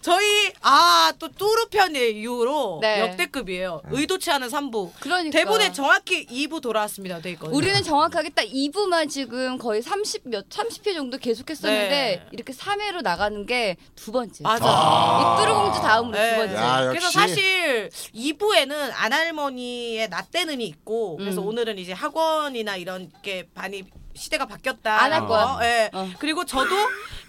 저희 아 또 뚜루 편 이후로 네. 음. 역대급이에요. 의도치 않은 3부. 그러니까. 대본에 정확히 2부 돌아왔습니다. 돼 있거든요. 우리는 정확하게 딱 2부만 지금 거의 30몇 30회 정도 계속했었는데 네. 이렇게 3회로 나가는 게 두 번째. 맞아. 이 뚜루공주 다음으로 네. 두 번째. 야. 그래서 역시. 사실 2부에는 안할머니의 낫대는이 있고 그래서 음. 오늘은 이제 학원이나 이런 게 많이 시대가 바뀌었다. 안할 거야. 어, 예. 어. 그리고 저도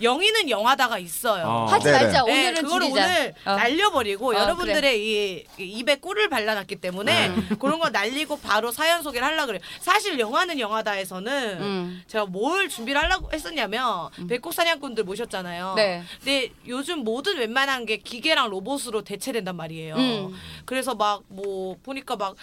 영희는 영화다가 있어요. 아. 어. 하지 네네. 말자. 네, 오늘은 그걸 줄이자. 오늘 어. 날려버리고 어, 여러분들의 이, 이 입에 꿀을 발라놨기 때문에 음. 그런 거 날리고 바로 사연 소개를 하려 그래요. 사실 영화는 영화다에서는 음. 제가 뭘 준비를 하려고 했었냐면 백곡 사냥꾼들 모셨잖아요. 네. 근데 요즘 모든 웬만한 게 기계랑 로봇으로 대체된단 말이에요. 음. 그래서 막 뭐 보니까 막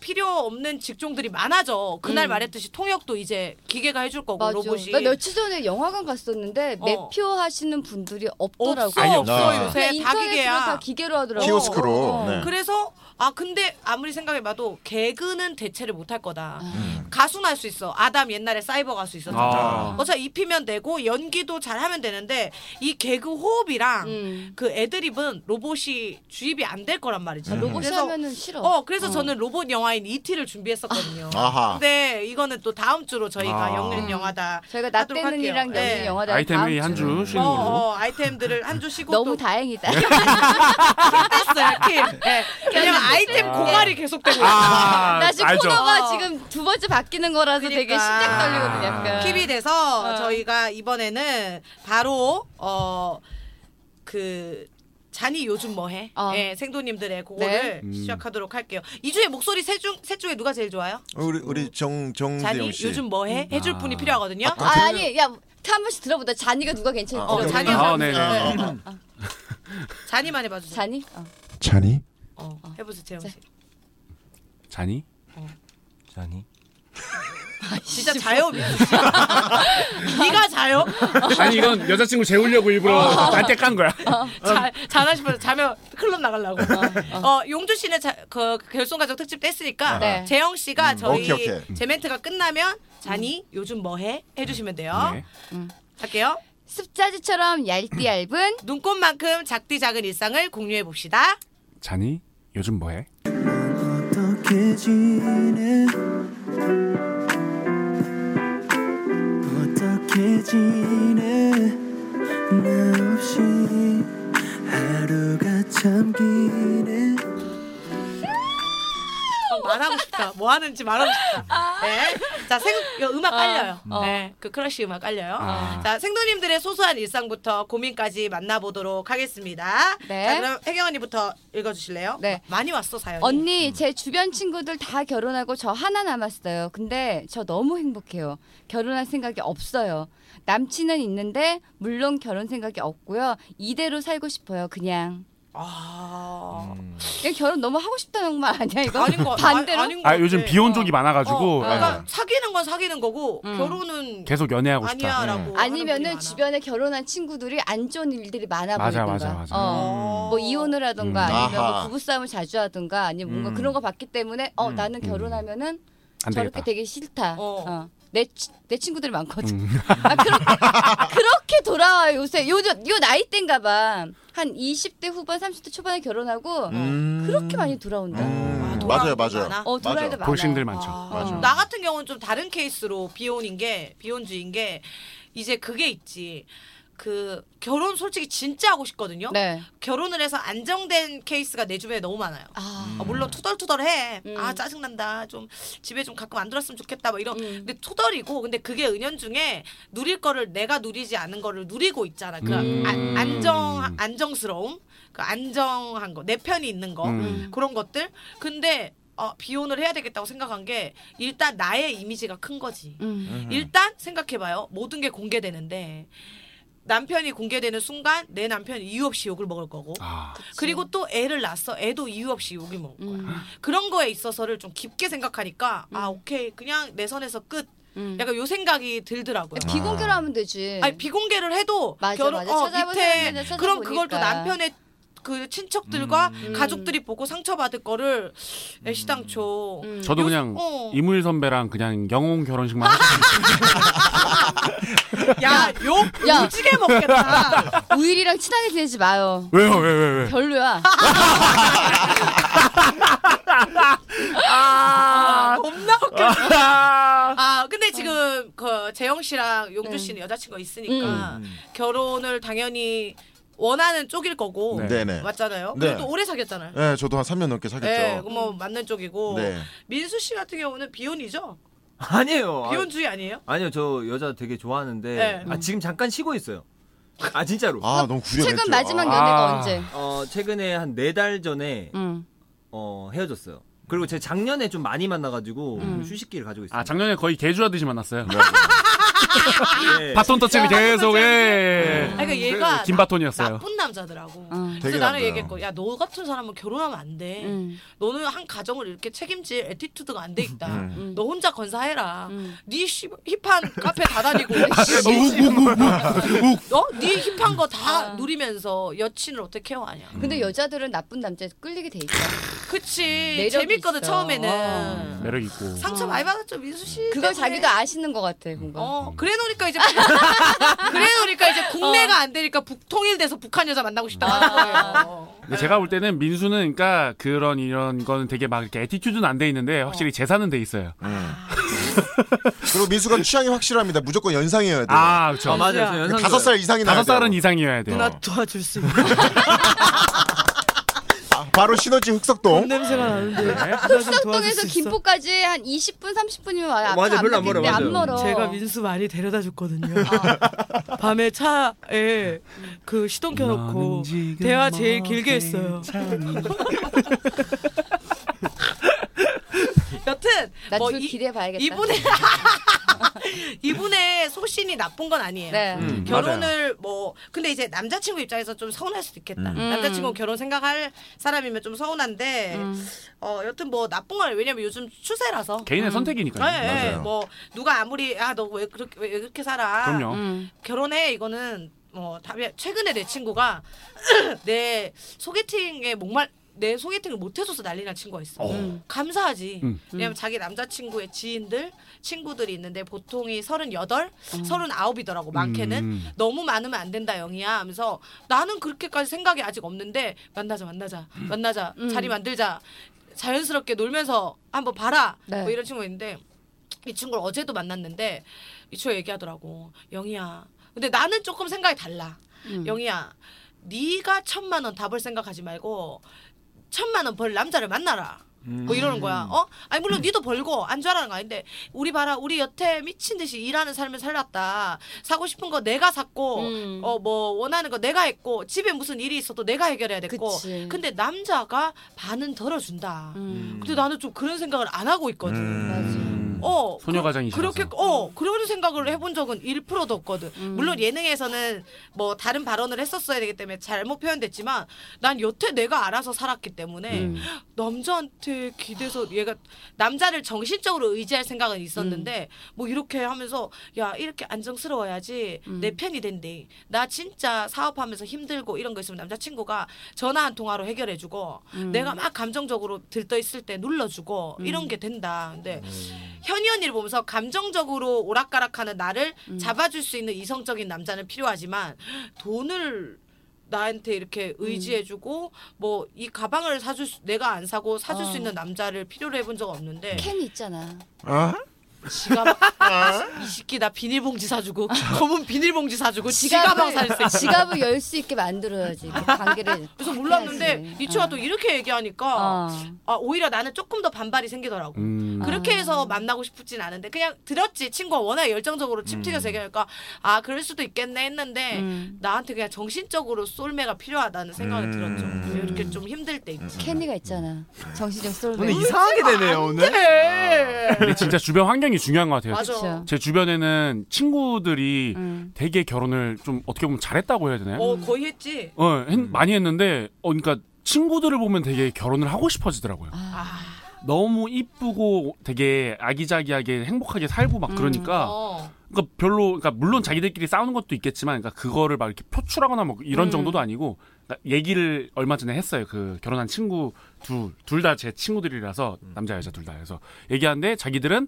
필요 없는 직종들이 많아져. 그날 음. 말했듯이 통역도 이제 기계가 해줄 거고 맞아. 어, 그러니까 로봇이 나 며칠 전에 영화관 갔었는데 어. 매표 하시는 분들이 없더라고. 없어 아예 없어 없어. 그냥 요새 다 그러니까 인터넷으로 기계야. 다 기계로 하더라고. 키오스크로. 어, 어. 네. 그래서 아 근데 아무리 생각해봐도 개그는 대체를 못할 아. 거다. 음. 가수는 할 수 있어. 아담 옛날에 사이버 가수 있었잖아. 아. 어차피 입히면 되고 연기도 잘하면 되는데 이 개그 호흡이랑 음. 그 애드립은 로봇이 주입이 안 될 거란 말이지. 로봇이 그래서- 하면은 싫어. 어 그래서 저는 로봇 영화인 E.T.를 준비했었거든요. 아하. 근데 이거는 또 다음 주로 저희가 아. 영년 영화다. 저희가 하도록 할게요. 나때는이랑 네. 연인 영화다. 아이템 다음 회의 한 주로. 주 어, 쉬는 걸로. 어, 아이템들을 한 주 쉬고 너무 또 다행이다. 했어요. 킴. 네. 왜냐면 아이템 고갈이 계속되고 있어. 아, 나 지금 알죠. 코너가 어. 지금 두 번째 바뀌는 거라서 되게 그러니까. 아. 심장 떨리거든요. 약간. 킵이 돼서 어. 저희가 이번에는 바로 어 그 잔이 요즘 뭐해? 어. 예, 생도님들의 그거를 음. 네. 시작하도록 할게요. 이 중에 목소리 세중셋 중에 누가 제일 좋아요? 우리 우리 정 잔이 정대영 씨. 요즘 뭐해? 해줄 아. 분이 필요하거든요. 아, 아니, 야, 한 번씩 들어보자. 잔이가 누가 괜찮을지. 아, 어, 오케이, 잔이 오케이. 아, 한번 네, 해보세요. 네. 네. 잔이만 해봐주세요. 잔이? 어. 잔이? 어, 해보세요, 재영 씨. 자니? 자니? 진짜 자요, 민수 씨. 네가 자요? 아니 이건 여자친구 재우려고 일부러 나한테 깐 거야. 자, 자나 싶어서 자면 클럽 나가려고. 어, 용주 씨는 자, 그 결손가족 특집 뺐으니까 네. 재영 씨가 저희 오케이, 오케이. 제 멘트가 끝나면 자니 요즘 뭐해 해주시면 돼요. 네. 할게요. 습자지처럼 얇디 얇은 눈꽃만큼 작디 작은 일상을 공유해 봅시다. 자니? 요즘 뭐해? 어떻게 지내 어떻게 지내 나 없이 하루가 참 기네 어, 말하고 싶다. 뭐 하는지 말하고 싶다. 네. 자, 생, 이거 음악 깔려요. 네. 그 크러쉬 음악 깔려요. 아. 자, 생도님들의 소소한 일상부터 고민까지 만나보도록 하겠습니다. 네. 자, 그럼 혜경 언니부터 읽어주실래요? 네. 많이 왔어, 사연이. 언니 제 주변 친구들 다 결혼하고 저 하나 남았어요. 근데 저 너무 행복해요. 결혼할 생각이 없어요. 남친은 있는데 물론 결혼 생각이 없고요. 이대로 살고 싶어요. 그냥. 아. 음. 그냥 결혼 너무 하고 싶다는 말 아니야 이거? 아닌 거 반대로? 아, 아닌 거 아 요즘 같아. 비혼족이 많아가지고 네. 어, 그러니까 사귀는 건 사귀는 거고 결혼은 계속 연애하고 싶다. 음. 아니야라고 하는 음. 아니면은 분이 주변에 결혼한 친구들이 안 좋은 일들이 많아 맞아, 보이던가. 맞아, 맞아. 어. 음. 뭐 이혼을 하던가 음. 아니면 뭐 아하. 부부싸움을 자주 하던가 아니면 뭔가 음. 그런 거 봤기 때문에 어 음. 나는 음. 결혼하면은 안 저렇게 되겠다. 되게 싫다. 어. 어. 내, 치- 내 친구들이 많거든. 음. 아, 그렇게, 그렇게 돌아와요, 요새. 요, 요 나이 땐가 봐. 한 20대 후반, 30대 초반에 결혼하고 음. 그렇게 많이 돌아온다. 음. 아, 맞아요, 돌아온 거 맞아요. 많아? 어, 돌아야 돼, 많아. 돌싱들 많죠. 맞아. 나 같은 경우는 좀 다른 케이스로 비혼인 게 비혼주인 게 이제 그게 있지. 그 결혼 솔직히 진짜 하고 싶거든요. 네. 결혼을 해서 안정된 케이스가 내 주변에 너무 많아요. 아. 아, 물론 투덜투덜해. 음. 아 짜증난다. 좀 집에 좀 가끔 안 들었으면 좋겠다. 막 이런. 음. 근데 투덜이고 근데 그게 은연중에 누릴 거를 내가 누리지 않은 거를 누리고 있잖아. 그 음. 안, 안정 안정스러움, 그 안정한 거, 내 편이 있는 거 음. 그런 것들. 근데 어, 비혼을 해야 되겠다고 생각한 게 일단 나의 이미지가 큰 거지. 음. 일단 생각해봐요. 모든 게 공개되는데 남편이 공개되는 순간 내 남편 이유 없이 욕을 먹을 거고. 아, 그리고 또 애를 낳았어. 애도 이유 없이 욕을 먹을 거야. 음. 그런 거에 있어서를 좀 깊게 생각하니까 아 오케이 그냥 내 선에서 끝. 음. 약간 요 생각이 들더라고요. 아. 비공개로 하면 되지. 아니 비공개를 해도 맞아, 결혼 맞아. 어 찾아보세요, 밑에 찾아보니까. 그럼 그걸 또 남편의 그 친척들과 음. 가족들이 보고 상처받을 거를 애시당초. 음. 저도 요- 그냥 어. 이무일 선배랑 그냥 영혼 결혼식만 하고 야, 욕 야. 무지개 먹겠다. 우일이랑 친하게 지내지 마요. 왜요 왜 왜 왜? 별로야. 아, 겁나 웃겨. 아. 아, 근데 지금 그 재영 씨랑 용주 네. 씨는 여자친구가 있으니까 음. 결혼을 당연히 원하는 쪽일 거고 네. 네네. 맞잖아요. 네. 그래도 오래 사귀었잖아요. 네, 저도 한 3년 네, 넘게 사귀었죠. 그뭐 맞는 쪽이고 네. 민수 씨 같은 경우는 비혼이죠? 아니에요. 아, 비혼주의 아니에요? 아니요, 저 여자 되게 좋아하는데 네. 아, 지금 잠깐 쉬고 있어요. 아 진짜로. 아, 너무 구려했죠. 최근 마지막 아, 연애가 아. 언제? 음, 어 최근에 한 네 달 전에 응. 어, 헤어졌어요. 그리고 제가 작년에 좀 많이 만나가지고 음. 휴식기를 가지고 있어요. 아 작년에 거의 개주하듯이 만났어요. 아, 네. 바톤 터치를 야, 계속 예. 네. 바톤 해. 아니, 그러니까 얘가 긴 나- 바톤이었어요. 나쁜 남자더라고. 응. 그래서 음. 되게 나는 남자요. 얘기했고, 야 너 같은 사람은 결혼하면 안 돼. 응. 너는 한 가정을 이렇게 책임질 에티튜드가 안 돼 있다. 음. 너 혼자 건사해라. 음. 네 씨- 힙한 카페 다 다니고, 어? 네 힙한 거 다 아. 누리면서 여친을 어떻게 케어하냐. 근데 여자들은 나쁜 남자에 끌리게 돼 있어. 그치. 매력이 재밌거든 있어. 처음에는. 매력 있고. 상처 많이 받았죠 민수 씨. 때문에. 그걸 자기도 아시는 것 같아 뭔가. 어 그래 놓으니까 이제 그래 놓으니까 이제 어. 국내가 안 되니까 북통일 돼서 북한 여자 만나고 싶다. 아. 어. 근데 제가 볼 때는 민수는 그러니까 그런 이런 거는 되게 막 이렇게 에티튜드는 안 돼 어. 있는데 확실히 재산은 돼 있어요. 음. 그리고 민수가 취향이 확실합니다. 무조건 연상이어야 돼요. 아 그렇죠. 아 맞아요. 저 연상 다섯 살 이상이 나야 다섯 돼요. 살은 이상이어야 돼요. 누나 도와줄 수 있는 아, 바로 시너지 흑석동. 냄새가 나는데 나좀 도와줄 흑석동에서 수 있어? 김포까지 한 20분 30분이면 와요. 맞아, 별로 안 멀어, 안 맞아. 멀어. 아. 제가 민수 많이 데려다 줬거든요. 밤에 차에 그 시동 켜놓고 대화 제일 길게 했어요. 여튼 뭐 나좀 이- 기대해 봐야겠다. 이분의 이분의 소신이 나쁜 건 아니에요. 네. 음, 맞아요. 결혼을 뭐 근데 이제 남자친구 입장에서 좀 서운할 수도 있겠다. 음. 남자친구 결혼 생각할 사람이면 좀 서운한데 음. 어 여튼 뭐 나쁜 건 아니에요. 왜냐면 요즘 추세라서. 개인의 예, 선택이니까요. 예, 맞아요. 뭐 누가 아무리 아 너 왜 그렇게 왜 그렇게 살아? 그럼요. 음. 결혼해 이거는 뭐 답이 최근에 내 친구가 내 소개팅에 목말 내 소개팅을 못 해줘서 난리 난 친구가 있어. 음. 감사하지. 음. 왜냐면 자기 남자친구의 지인들 친구들이 있는데 보통이 38, 39이더라고 많게는. 음. 너무 많으면 안 된다 영희야 하면서 나는 그렇게까지 생각이 아직 없는데 만나자 만나자 만나자 자리 만들자 자연스럽게 놀면서 한번 봐라 네. 뭐 이런 친구가 있는데 이 친구를 어제도 만났는데 이 친구가 얘기하더라고 영희야 근데 나는 조금 생각이 달라 음. 영희야 네가 천만 원 다 벌 생각하지 말고 천만 원 벌 남자를 만나라 뭐 이러는 거야. 어? 아니 물론 니도 벌고 안 좋아하는 거 아닌데 우리 봐라 우리 여태 미친 듯이 일하는 삶을 살았다. 사고 싶은 거 내가 샀고 음. 어 뭐 원하는 거 내가 했고 집에 무슨 일이 있어도 내가 해결해야 됐고. 그치. 근데 남자가 반은 덜어준다. 음. 근데 나는 좀 그런 생각을 안 하고 있거든. 맞아. 어 음. 소녀가장이시라서. 그렇게 어 그런 생각을 해본 적은 1%도 없거든. 물론 예능에서는 뭐 다른 발언을 했었어야 되기 때문에 잘못 표현됐지만 난 여태 내가 알아서 살았기 때문에 음. 남자한테 기대서 얘가 남자를 정신적으로 의지할 생각은 있었는데 뭐 이렇게 하면서 야 이렇게 안정스러워야지 내 편이 된대. 나 진짜 사업하면서 힘들고 이런 거 있으면 남자친구가 전화 한 통화로 해결해주고 내가 막 감정적으로 들떠 있을 때 눌러주고 이런 게 된다. 근데 음. 현이 언니를 보면서 감정적으로 오락가락하는 나를 음. 잡아줄 수 있는 이성적인 남자는 필요하지만 돈을 나한테 이렇게 음. 의지해주고 뭐 이 가방을 사줄 수, 내가 안 사고 사줄 어. 음. 수 있는 남자를 필요로 해본 적 없는데 캔 있잖아. 아? 지갑 어? 이 새끼 나 비닐봉지 사주고 검은 비닐봉지 사주고 지가방 지갑을 살세 지갑을 열 수 있게 만들어야지. 이렇게 관계를. 그래서 몰랐는데 해야지. 이 친구가 또 이렇게 어. 얘기하니까 네. 어. 아, 오히려 나는 조금 더 반발이 생기더라고. 음. 그렇게 해서 만나고 싶진 않은데 그냥 들었지 친구가 워낙 열정적으로 음. 침튀겨서 얘기하니까 아 그럴 수도 있겠네 했는데 음. 나한테 그냥 정신적으로 쏠매가 필요하다는 생각이 음. 들었죠 이렇게 좀 힘들 때 음. 있지 캔디가 있잖아. 정신적 오늘 솔베. 이상하게 되네요 오늘. 근데 진짜 주변 환경이 중요한 것 같아요. 아. 맞아 그쵸. 제 주변에는 친구들이 음. 되게 결혼을 좀 어떻게 보면 잘했다고 해야 되나요? 어 거의 했지 어, 했- 많이 했는데, 어, 그러니까 친구들을 보면 되게 결혼을 하고 싶어지더라고요. 아 음. 너무 이쁘고 되게 아기자기하게 행복하게 살고 막 그러니까 어. 그러니까 별로 그러니까 물론 자기들끼리 싸우는 것도 있겠지만 그러니까 그거를 막 이렇게 표출하거나 뭐 이런 음. 정도도 아니고 그러니까 얘기를 얼마 전에 했어요. 그 결혼한 친구 둘 둘 다 제 친구들이라서 음. 남자 여자 둘 다 해서 얘기하는데 자기들은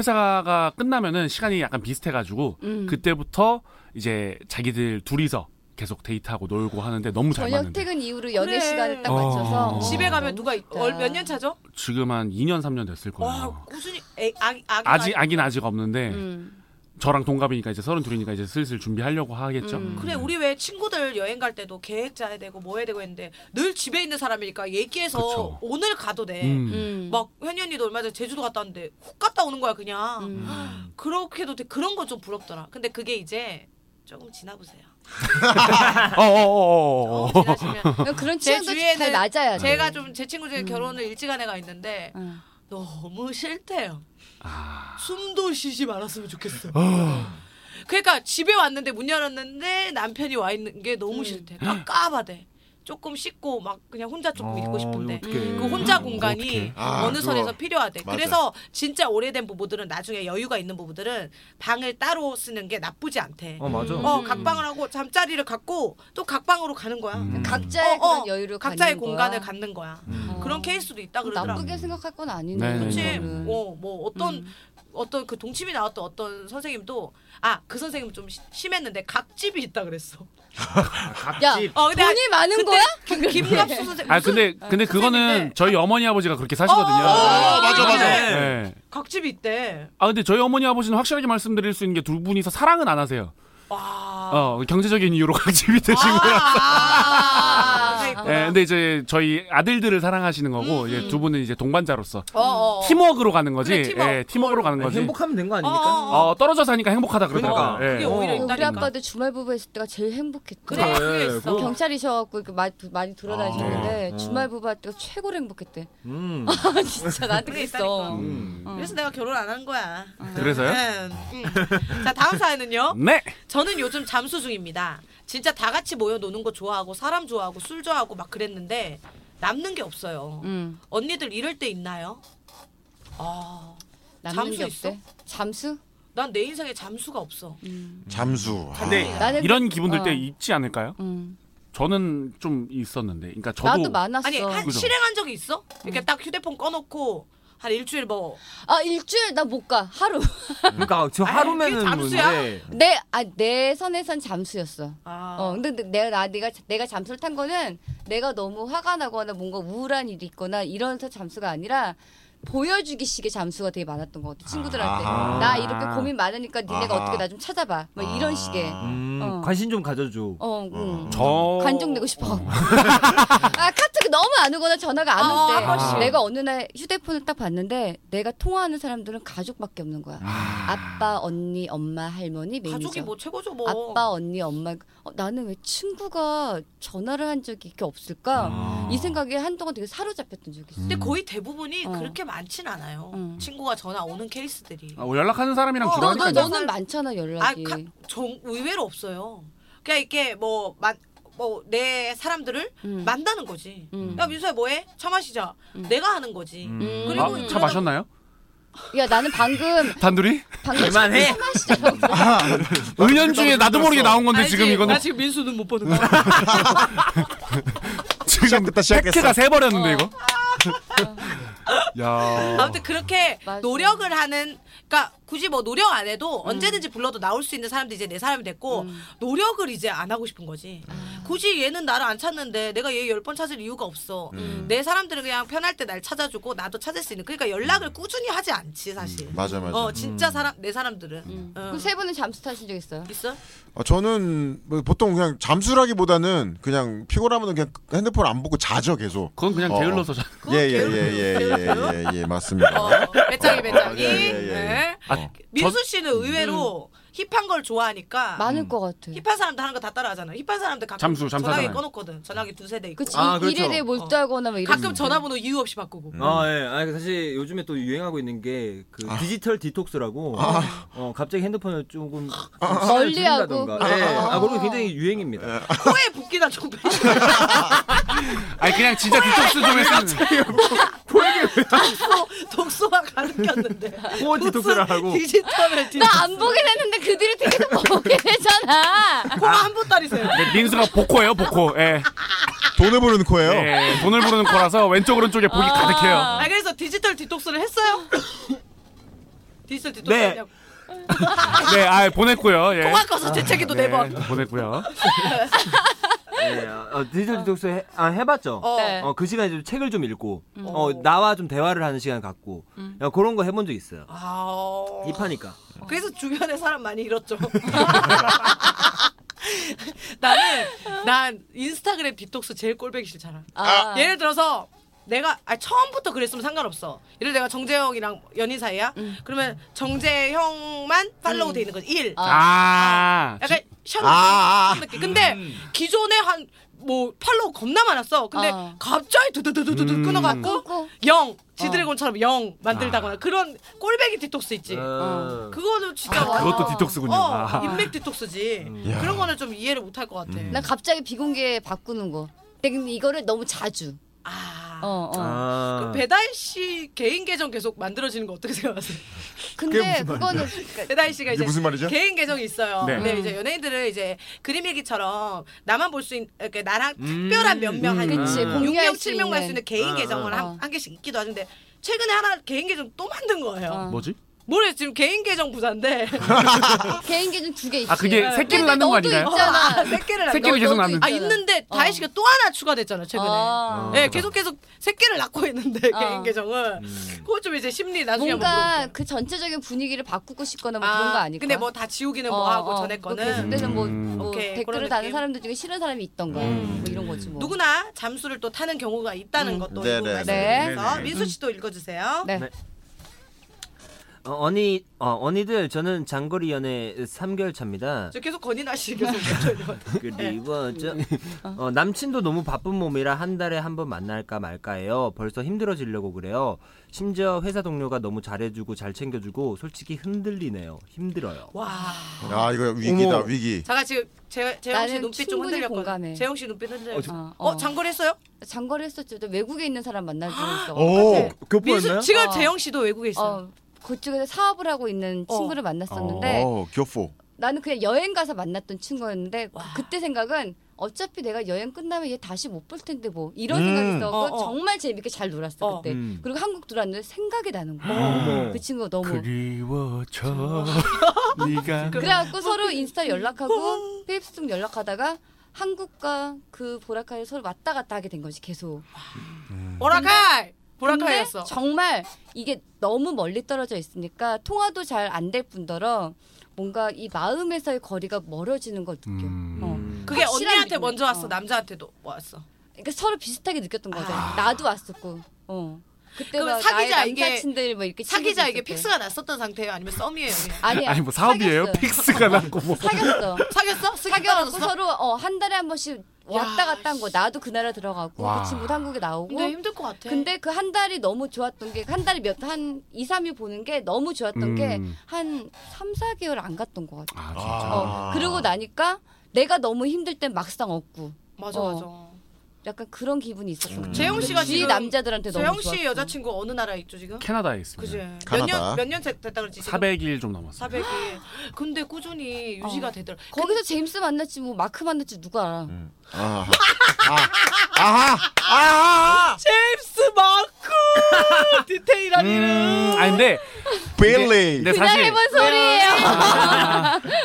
회사가 끝나면은 시간이 약간 비슷해 가지고 음. 그때부터 이제 자기들 둘이서 계속 데이트하고 놀고 하는데 너무 잘 저녁 맞는데 퇴근 이후로 연애 그래. 시간을 딱 어. 맞춰서 집에 가면 누가 좋다. 몇 년 차죠? 지금 한 2년 3년 됐을 거예요. 와 꾸준히 애, 아기 아기 아직 아긴 아직 없는데 음. 저랑 동갑이니까 이제 서른 둘이니까 이제 슬슬 준비하려고 하겠죠. 음. 그래 우리 왜 친구들 여행 갈 때도 계획 짜야 되고 뭐 해야 되고 했는데 늘 집에 있는 사람이니까 얘기해서 그쵸. 오늘 가도 돼. 음. 음. 막 현이 언니도 얼마 전에 제주도 갔다 왔는데 훅 갔다 오는 거야 그냥. 음. 그렇게도 돼. 그런 건 좀 부럽더라. 근데 그게 이제 조금 지나보세요. 어, 어어어어. 조금 지나시면 그런 제 취향도 주위에는 잘 맞아야 돼. 제가 음. 좀 제 친구 중에 결혼을 일찍한 애가 있는데 응. 너무 싫대요. 숨도 쉬지 말았으면 좋겠어. 그러니까 집에 왔는데 문 열었는데 남편이 와 있는 게 너무 싫대. 깝깝하대. 조금 씻고 막 그냥 혼자 어, 조금 있고 어, 싶은데 그 혼자 공간이 어떡해. 아, 어느 선에서 그거. 필요하대. 맞아. 그래서 진짜 오래된 부부들은 나중에 여유가 있는 부부들은 방을 따로 쓰는 게 나쁘지 않대. 어 맞아. 어 각방을 하고 잠자리를 갖고 또 각방으로 가는 거야. 음. 각자의 어, 어. 그런 여유를 각자의 갖는 공간을 거야. 갖는 거야. 어. 그런 케이스도 있다 그러더라. 나쁘게 생각할 건 네, 아니네. 네, 그치. 네, 그거는. 음. 어, 뭐 어떤 어떤 그 동침이 나왔던 어떤 선생님도 아 그 선생님 좀 시- 심했는데 각집이 있다 그랬어. 야, 어, 근데 돈이 많은 그때 거야? 김갑수 선생님. 아 근데 근데 그거는 선생님인데. 저희 어머니 아버지가 그렇게 사시거든요. 어, 맞아, 맞아. 그래. 네. 각집이 있대. 아 근데 저희 어머니 아버지는 확실하게 말씀드릴 수 있는 게 두 분이서 사랑은 안 하세요. 와. 어 경제적인 이유로 각집이 되신 거야. 아, 아, 예, 근데 이제 저희 아들들을 사랑하시는 거고 이제 두 분은 이제 동반자로서 어, 어, 어. 팀워크로 가는 거지. 그래, 팀워크. 예, 팀워크로 가는 거지. 행복하면 된 거 어, 아닙니까? 어, 어. 어 떨어져 사니까 행복하다 그러더라고요. 그러니까. 예. 그게 오히려 어. 우리 있다니까. 아빠도 주말 부부 했을 때가 제일 행복했대. 그래, 예, 그게 있어. 경찰이셔갖고 이렇게 많이, 많이 돌아다니셨는데 네. 아, 어. 주말 부부 할 때가 최고로 행복했대. 음. 아 진짜 나한테 그게 그랬어. 있다니까. 음. 그래서 내가 결혼 안 한 거야. 그래서요? 음, 음. 자 다음 사연은요. 네. 저는 요즘 잠수 중입니다. 진짜 다 같이 모여 노는 거 좋아하고 사람 좋아하고 술 좋아하고 막 그랬는데 남는 게 없어요. 음, 언니들 이럴 때 있나요? 아, 남는 잠수 게 없대. 잠수? 난 내 인생에 잠수가 없어. 잠수. 아, 근데 나는 이런 기분 들 때 어. 있지 않을까요? 음. 저는 좀 있었는데, 그러니까 저도 나도 많았어. 아니 한 그죠. 실행한 적이 있어? 음. 이렇게 딱 휴대폰 꺼놓고 한 일주일 뭐 아 일주일 나 못 가. 하루. 그러니까 저 아이, 하루면은 뭐, 네. 그게 잠수야? 어. 뭔데. 내 아, 내 선에선 잠수였어. 아. 어, 근데 내- 내가 나 내가 내가 잠수를 탄 거는 내가 너무 화가 나거나 뭔가 우울한 일이 있거나 이런서 잠수가 아니라 보여주기식의 잠수가 되게 많았던 것 같아 친구들한테 아하. 나 이렇게 고민 많으니까 니네가 아하. 어떻게 나 좀 찾아봐 뭐 이런 식의 음, 어. 관심 좀 가져줘. 어 응. 저 관종 내고 싶어 아 카톡이 너무 안 오거나 전화가 안 어, 올때 한 번씩. 내가 어느 날 휴대폰을 딱 봤는데 내가 통화하는 사람들은 가족밖에 없는 거야 아빠 언니 엄마 할머니 매니저 가족이 뭐 최고죠 뭐. 아빠 언니 엄마 어, 나는 왜 친구가 전화를 한 적이 이렇게 없을까 이 생각에 한동안 되게 사로잡혔던 적이 있어. 근데 음. 거의 대부분이 어. 그렇게 많진 않아요. 음. 친구가 전화 오는 케이스들이. 아, 연락하는 사람이랑 어, 너, 주로 너 하니까 그러니까요. 너는 많잖아 아, 연락이. 가, 정 의외로 없어요. 그냥 이렇게 뭐 뭐뭐내 사람들을 음. 만나는 거지. 음. 야 민수야 뭐해? 차 마시자. 내가 하는 거지. 음. 그리고 아, 차 그러다- 마셨나요? 야 나는 방금 단둘이? 방금 그만해. 마시자. 은연중에 나도 모르게 나온 건데 지금 이거는 나 지금 민수는 못 보는 거야. 지금 시작됐다, 시작됐어. 팩트가 세 버렸는데 이거. 야. 어. 아무튼 그렇게 맞아. 노력을 하는 그러니까 굳이 뭐 노력 안 음. 해도 언제든지 불러도 나올 수 있는 사람도 이제 내 사람이 됐고 노력을 이제 안 하고 싶은 거지 아. 굳이 얘는 나를 안 찾는데 내가 얘 열 번 찾을 이유가 없어 음. 내 사람들은 그냥 편할 때 날 찾아주고 나도 찾을 수 있는 그러니까 연락을 꾸준히 하지 않지 사실 음. 맞아 음. 맞아. 어 진짜 사람 내 사람들은 어. 그세 분은 잠수 타신 적 있어요? 있어? 아, 저는 뭐 보통 그냥 잠수라기보다는 그냥 피곤하면 그냥 핸드폰 안 보고 자죠 계속. 그건 그냥 어. 게을러서 자. 예예예예예예예 맞습니다. 어, 배짱이 배짱이 어, 예, 예, 예. 네. 아, 민수 씨는 의외로 음. 힙한 걸 좋아하니까 많을 것 같아. 힙한 사람들 하는 거 다 따라하잖아. 힙한 사람들 가끔 잠수, 잠수하잖아요. 전화기 꺼놓거든. 전화기 두세 대 있고. 그치 아, 이- 그렇죠. 일에 대해 몰두하거나 막 이런. 가끔 전화번호 이유 없이 바꾸고. 음. 아, 예. 아니, 사실 요즘에 또 유행하고 있는 게 그 아. 디지털 디톡스라고 어, 갑자기 핸드폰을 조금 아, 아, 멀리하고. 예. 예. 아, 그런 게 굉장히 유행입니다. 코에 붓기나 좀 빼. 아니 아니 그냥 진짜 디톡스 좀 했으면 독소가 가득했는데 코어 디톡스라고. 디지털을 나 안 보긴 했는데 그 뒤로 계속 보게 되잖아. 코가 한 보따리세요. 네, 민수가 복코예요 복코 예. 돈을 버는 코예요. 예, 돈을 부르는 코라서 왼쪽 오른쪽에 복이 아. 가득해요 아 그래서 디지털 디톡스를 했어요? 디지털 디톡스 네. 했냐고. 네아 보냈고요 예. 코가 커서 재채기도 네 번. 보냈고요 네, 어, 디지털 디톡스 해, 아, 해봤죠. 어. 네. 어, 그 시간에 좀 책을 좀 읽고, 어, 어. 나와 좀 대화를 하는 시간 갖고, 야, 그런 거 해본 적 있어요. 음. 아. 어. 입하니까. 그래서 주변에 사람 많이 잃었죠. 나는 난 인스타그램 디톡스 제일 꼴보기 싫잖아. 아. 예를 들어서 내가 아 처음부터 그랬으면 상관없어. 예를 내가 정재형이랑 연인 사이야. 음. 그러면 정재형만 팔로우 돼 있는 거지. 1. 아 약간 셔 아, 아, 아. 느낌. 근데 기존에 한 뭐 팔로우 겁나 많았어. 근데 어. 갑자기 두두두두두두 음. 끊어갖고 끊고. 영 지드래곤처럼 영 아. 만들다거나 그런 꼴배기 디톡스 있지. 어. 그거는 진짜 아, 완전- 그것도 디톡스군요 어, 아. 음. 인맥 디톡스지. 야. 그런 거는 좀 이해를 못 할 것 같아. 난 갑자기 비공개 바꾸는 거. 근데 이거를 너무 자주. 아. 어, 어. 아. 그럼 배달 씨 개인 계정 계속 만들어지는 거 어떻게 생각하세요? 근데 그거는 그러니까 배달 씨가 이게 이제 무슨 말이죠? 개인 계정이 있어요. 네. 근데 음. 이제 연예인들을 이제 그림 일기처럼 나만 볼 수 있는 이렇게 나랑 음. 특별한 몇 명 한 그치, 공유할 6명, 수 7명 갈 수 있는. 있는 개인 어, 계정을 어, 한, 어. 한 개씩 있기도 하는데 최근에 하나 개인 계정 또 만든 거예요. 어. 뭐지? 모르겠어 지금 개인 계정 부자인데 개인 계정 두 개 있지. 아 그게 새끼를 낳는 거 아닌가요? 너도 있잖아. 새끼를 낳- 새끼를 계속 너도 낳는 있잖아. 아 있는데 다혜 씨가 또 하나 추가됐잖아 최근에. 아. 네, 계속 계속 새끼를 낳고 있는데 어. 개인 계정을 음. 그거 좀 이제 심리 나중에 한번 뭔가 물어볼게요. 그 전체적인 분위기를 바꾸고 싶거나 뭐 그런 거 아닐까? 근데 뭐 다 지우기는 어, 뭐 하고 어, 전에 그렇게 거는 그래서 뭐, 음. 뭐 오케이, 그런 댓글을 다는 느낌. 음. 사람들 중에 싫은 사람이 있던가 뭐 이런 거지 뭐. 누구나 잠수를 또 타는 경우가 있다는 것도 네, 일부 네, 말씀드리면서 네, 네. 민수 씨도 읽어주세요. 네. 네. 어, 언니, 어, 언니들, 저는 장거리 연애 3개월 차입니다. 저 계속 건이나 씨 계속 읽어줘요. 네. 그리고 저, 어, 남친도 너무 바쁜 몸이라 한 달에 한 번 만날까 말까해요. 벌써 힘들어지려고 그래요. 심지어 회사 동료가 너무 잘해주고 잘 챙겨주고 솔직히 흔들리네요. 힘들어요. 와, 야 아, 이거 위기다 어머. 위기. 잠깐 지금 재, 재영 씨 나는 눈빛 좀 충분히 흔들렸거든. 공감해. 재영 씨 눈빛 흔들렸어. 어, 어, 장거리 했어요? 장거리 했었죠. 저 외국에 있는 사람 만나고 있어. 오 민수 지금 어. 재영 씨도 외국에 있어. 요 어, 그쪽에서 사업을 하고 있는 어. 친구를 만났었는데 어, 교포. 나는 그냥 여행 가서 만났던 친구였는데 그때 생각은 어차피 내가 여행 끝나면 얘 다시 못 볼 텐데 뭐 이런 음. 생각이 있어서 어, 어. 정말 재밌게 잘 놀았어 어. 그때 음. 그리고 한국 들어왔는데 생각이 나는 거야 어머. 그 친구가 너무 그리워져 네가 그래갖고 어, 서로 인스타 연락하고 페이스북 연락하다가 한국과 그 보라카이 서로 왔다 갔다 하게 된 거지 계속 오라카이, 근데 보라카이였어. 정말 이게 너무 멀리 떨어져 있으니까 통화도 잘 안 될 뿐더러 뭔가 이 마음에서의 거리가 멀어지는 걸 느껴. 음. 음. 어. 그게 확실한 언니한테 느낌이야. 먼저 왔어, 어. 남자한테도 왔어. 그러니까 서로 비슷하게 느꼈던 거잖아. 나도 왔었고. 어. 그때 그럼 막 사귀자, 나의 이게- 남사친들 뭐 이렇게 사귀자 친구들 이게 있을 때. 픽스가 났었던 상태예요, 아니면 썸이에요? 그냥? 아니야. 아니 뭐 사업이에요? 사귀었어요. 픽스가 났고 뭐 사귀었어. 사귀었어? 사귀었고 사귀었어? 서로 어, 한 달에 한 번씩 왔다 갔다 한 거. 나도 그 나라 들어가고 와. 그 친구도 한국에 나오고. 근데 어? 힘들 것 같아. 근데 그 한 달이 너무 좋았던 게 한 달에 몇 한 2, 3일 보는 게 너무 좋았던 음. 게 한 3, 4개월 안 갔던 것 같아. 아 진짜. 어, 그러고 나니까 내가 너무 힘들 땐 막상 없고 맞아 어. 맞아. 약간 그런 기분이 있었던 것 음. 재영 같아요. 씨가 주위 지금 남자들한테 너무 재영 씨 좋았어. 네. 여자친구 어느 나라에 있죠 지금? 캐나다에 그지. 있습니다 가나다. 몇년몇년 됐다 그랬지? 400일 좀 넘었어요 400이. 근데 꾸준히 유지가 어. 되더라. 거기서 제임스 만났지 뭐 마크 만났지 누가 알아. 음. 아, 아, 아, 아, 제임스 마크 디테일한 음, 아니 근데 빌리. 근데 그날 사실 네. 해본 소리예요.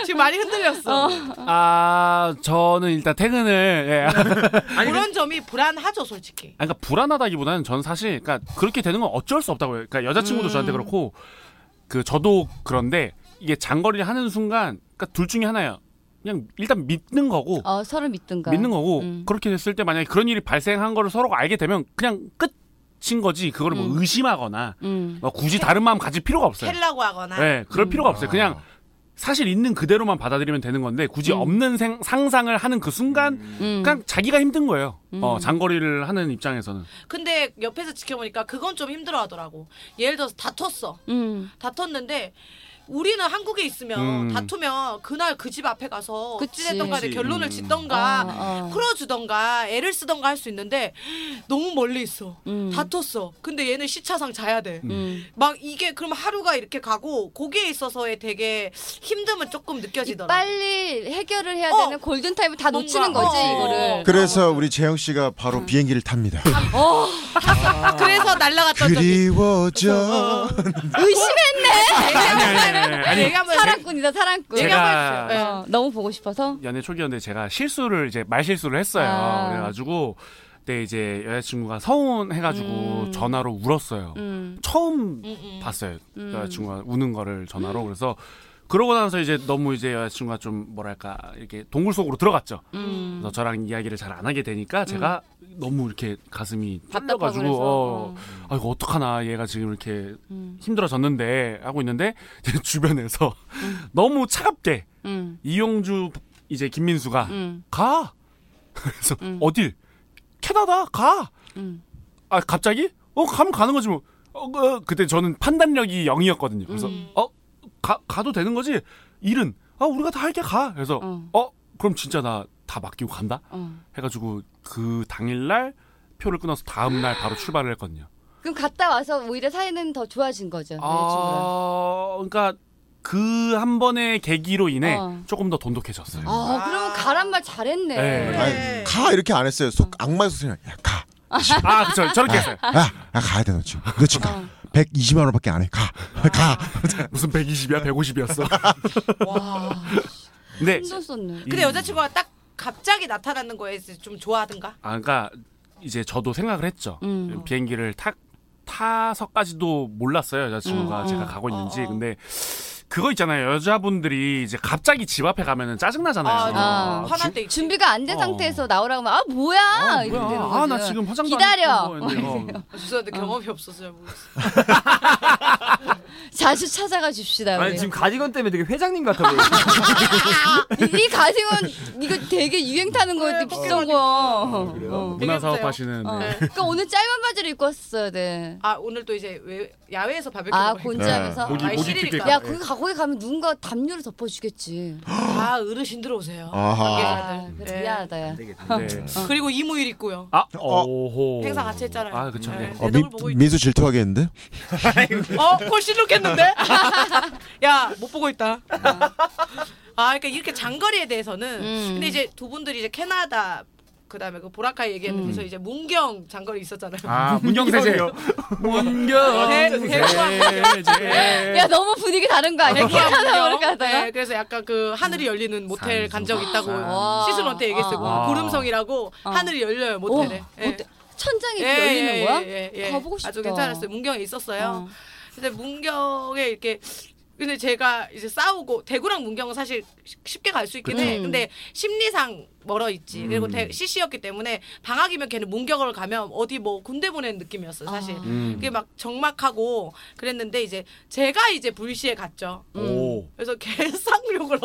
지금 많이 흔들렸어. 아 저는 일단 퇴근을 예. 아니, 그런 점이 불안하죠 솔직히. 아니, 그러니까 불안하다기보다는 전 사실 그러니까 그렇게 되는 건 어쩔 수 없다고요. 그러니까 음. 여자친구도 저한테 그렇고 그 저도 그런데 이게 장거리를 하는 순간 그러니까 둘 중에 하나예요. 그냥 일단 믿는 거고 어, 서로 믿든가. 믿는 거고 음. 그렇게 됐을 때 만약에 그런 일이 발생한 거를 서로가 알게 되면 그냥 끝인 거지 그거를 뭐 음. 의심하거나 음. 뭐 굳이 다른 마음 가질 필요가 없어요. 캘라고 아. 하거나. 네, 그럴 필요가 없어요. 그냥 사실 있는 그대로만 받아들이면 되는 건데 굳이 음. 없는 생, 상상을 하는 그 순간 음. 그냥 자기가 힘든 거예요. 어, 장거리를 하는 입장에서는. 근데 옆에서 지켜보니까 그건 좀 힘들어하더라고. 예를 들어서 다퉜어. 음. 다퉜는데 우리는 한국에 있으면 음. 다투면 그날 그 집 앞에 가서 그치. 어찌됐든 간에 그치. 결론을 음. 짓던가 어, 어. 풀어주던가 애를 쓰던가 할 수 있는데 너무 멀리 있어 음. 다퉜어 근데 얘는 시차상 자야 돼 막 음. 이게 그럼 하루가 이렇게 가고 거기에 있어서의 되게 힘듦은 조금 이 느껴지더라 빨리 해결을 해야 어. 되는 골든 타임을 다 뭔가, 놓치는 거지 어. 이거를. 그래서 우리 재영 씨가 바로 비행기를 탑니다. 어, 그래서 날라갔던 적이 그리워져. 의심했네. 아니, 아니, 아니, 아니. 아니. 얘기하면 사랑꾼이다 사랑꾼. 제가- 얘기하면 있어요. 네. 어, 너무 보고 싶어서. 연애 초기였는데 제가 실수를 이제 말 실수를 했어요. 아. 그래가지고 그때 이제 여자친구가 서운해가지고 음. 전화로 울었어요. 음. 처음 음, 음. 봤어요. 음. 여자친구가 우는 거를 전화로 그래서 그러고 나서 이제 너무 이제 여자친구가 좀 뭐랄까 이렇게 동굴 속으로 들어갔죠. 음. 그래서 저랑 이야기를 잘 안 하게 되니까 제가 너무 이렇게 가슴이 답답하고 쫄려가지고 그래서. 어. 어, 아 이거 어떡하나 얘가 지금 이렇게 음. 힘들어졌는데 하고 있는데 이제 주변에서 너무 차갑게 음. 이용주 이제 김민수가 음. 가 그래서 음. 어딜 캐나다 가 음. 아 갑자기 어 가면 가는 거지 뭐 어, 그- 그때 저는 판단력이 0이었거든요 그래서 음. 어 가, 가도 되는 거지 일은 아 우리가 다 할게 가 그래서 어. 어 그럼 진짜 나 다 맡기고 간다 어. 해가지고 그 당일날 표를 끊어서 다음날 바로 출발을 했거든요 그럼 갔다 와서 오히려 사이는 더 좋아진 거죠. 여자친구랑. 아 그러니까 그 한 번의 계기로 인해 어. 조금 더 돈독해졌어요 아, 그러면 가란 말 잘했네. 네. 아니, 가 이렇게 안 했어요. 속 악마의 소리야. 야 가. 아 그쵸 저렇게 했어요 야, 야 가야 돼 너 지금. 너 지금 가. 120만 원밖에 안 해. 가. 가. 네. 무슨 120이야 150이었어 와, 근데 힘도 썼네. 근데 여자친구가 딱 갑자기 나타나는 거에 대해서 좀 좋아하든가 아, 그러니까 이제 저도 생각을 했죠. 음. 비행기를 타 타서까지도 몰랐어요 여자친구가 음, 제가 음. 가고 어, 있는지. 어. 근데 그거 있잖아요 여자분들이 이제 갑자기 집 앞에 가면은 짜증 나잖아요. 아, 아, 화날 때 있지 준비가 안 된 어. 상태에서 나오라고 하면 아 뭐야 이렇게 되는 거죠. 아나 지금 화장도 기다려. 안 했고 데 아, 죄송한데 경험이 없어서 잘 모르겠어요 뭐. 자주 찾아가 줍시다. 아니 우리. 네. 지금 가디건 때문에 되게 회장님 같아 보여. 아, 이, 이 가슴은 이거 되게 유행 네, 타는 거였는데 그래, 비싼 거. 어. 문화 사업 되겠어요. 하시는 어. 네. 그러니까 오늘 짧은 바지를 입고 왔어야 돼. 아 오늘 또 이제 외, 야외에서 바베큐 아 먹으니까. 곤지하면서. 모기- 아이, 모기 시리니까. 튀길 거. 야 거기 가 거기 가면 누군가 담요를 덮어주겠지. 다 어르신들 오세요 아하. 아, 관계자들. 그래, 네. 미안하다. 야. 네. 그리고 이모일 있고요 아, 어. 오호. 행사 같이 했잖아요. 아, 그쵸. 네. 네. 어, 민, 내동을 보고 있- 민수 질투하겠는데? 어? 콜 실룩했는데? 야 못 보고 있다 아 그러니까 이렇게 장거리에 대해서는 음. 근데 이제 두 분들이 이제 캐나다 그다음에 그 보라카이 얘기했는데서 이제 문경 장거리 있었잖아요 아, 문경세제. 문경세제. 야 너무 분위기 다른 거 아니야? 기억하다 문경. 모르게 하다가. 네, 그래서 약간 그 하늘이 열리는 모텔 간 적 있다고 와. 시순한테 얘기했어요. 와. 구름성이라고 어. 하늘이 열려요 모텔에. 어, 예. 어때? 천장이 예, 열리는 예, 거야? 예, 예, 예. 가보고 싶다. 아주 괜찮았어요. 문경에 있었어요. 근데 문경에 이렇게 근데 제가 이제 싸우고 대구랑 문경은 사실 쉽- 쉽게 갈 수 있긴 그쵸. 해. 근데 음. 심리상 멀어 있지. 그리고 대, CC였기 때문에 방학이면 걔는 문경을 가면 어디 뭐 군대 보낸 느낌이었어 사실. 아. 음. 그게 막 적막하고 그랬는데 이제 제가 이제 불시에 갔죠. 오. 그래서 개쌍욕을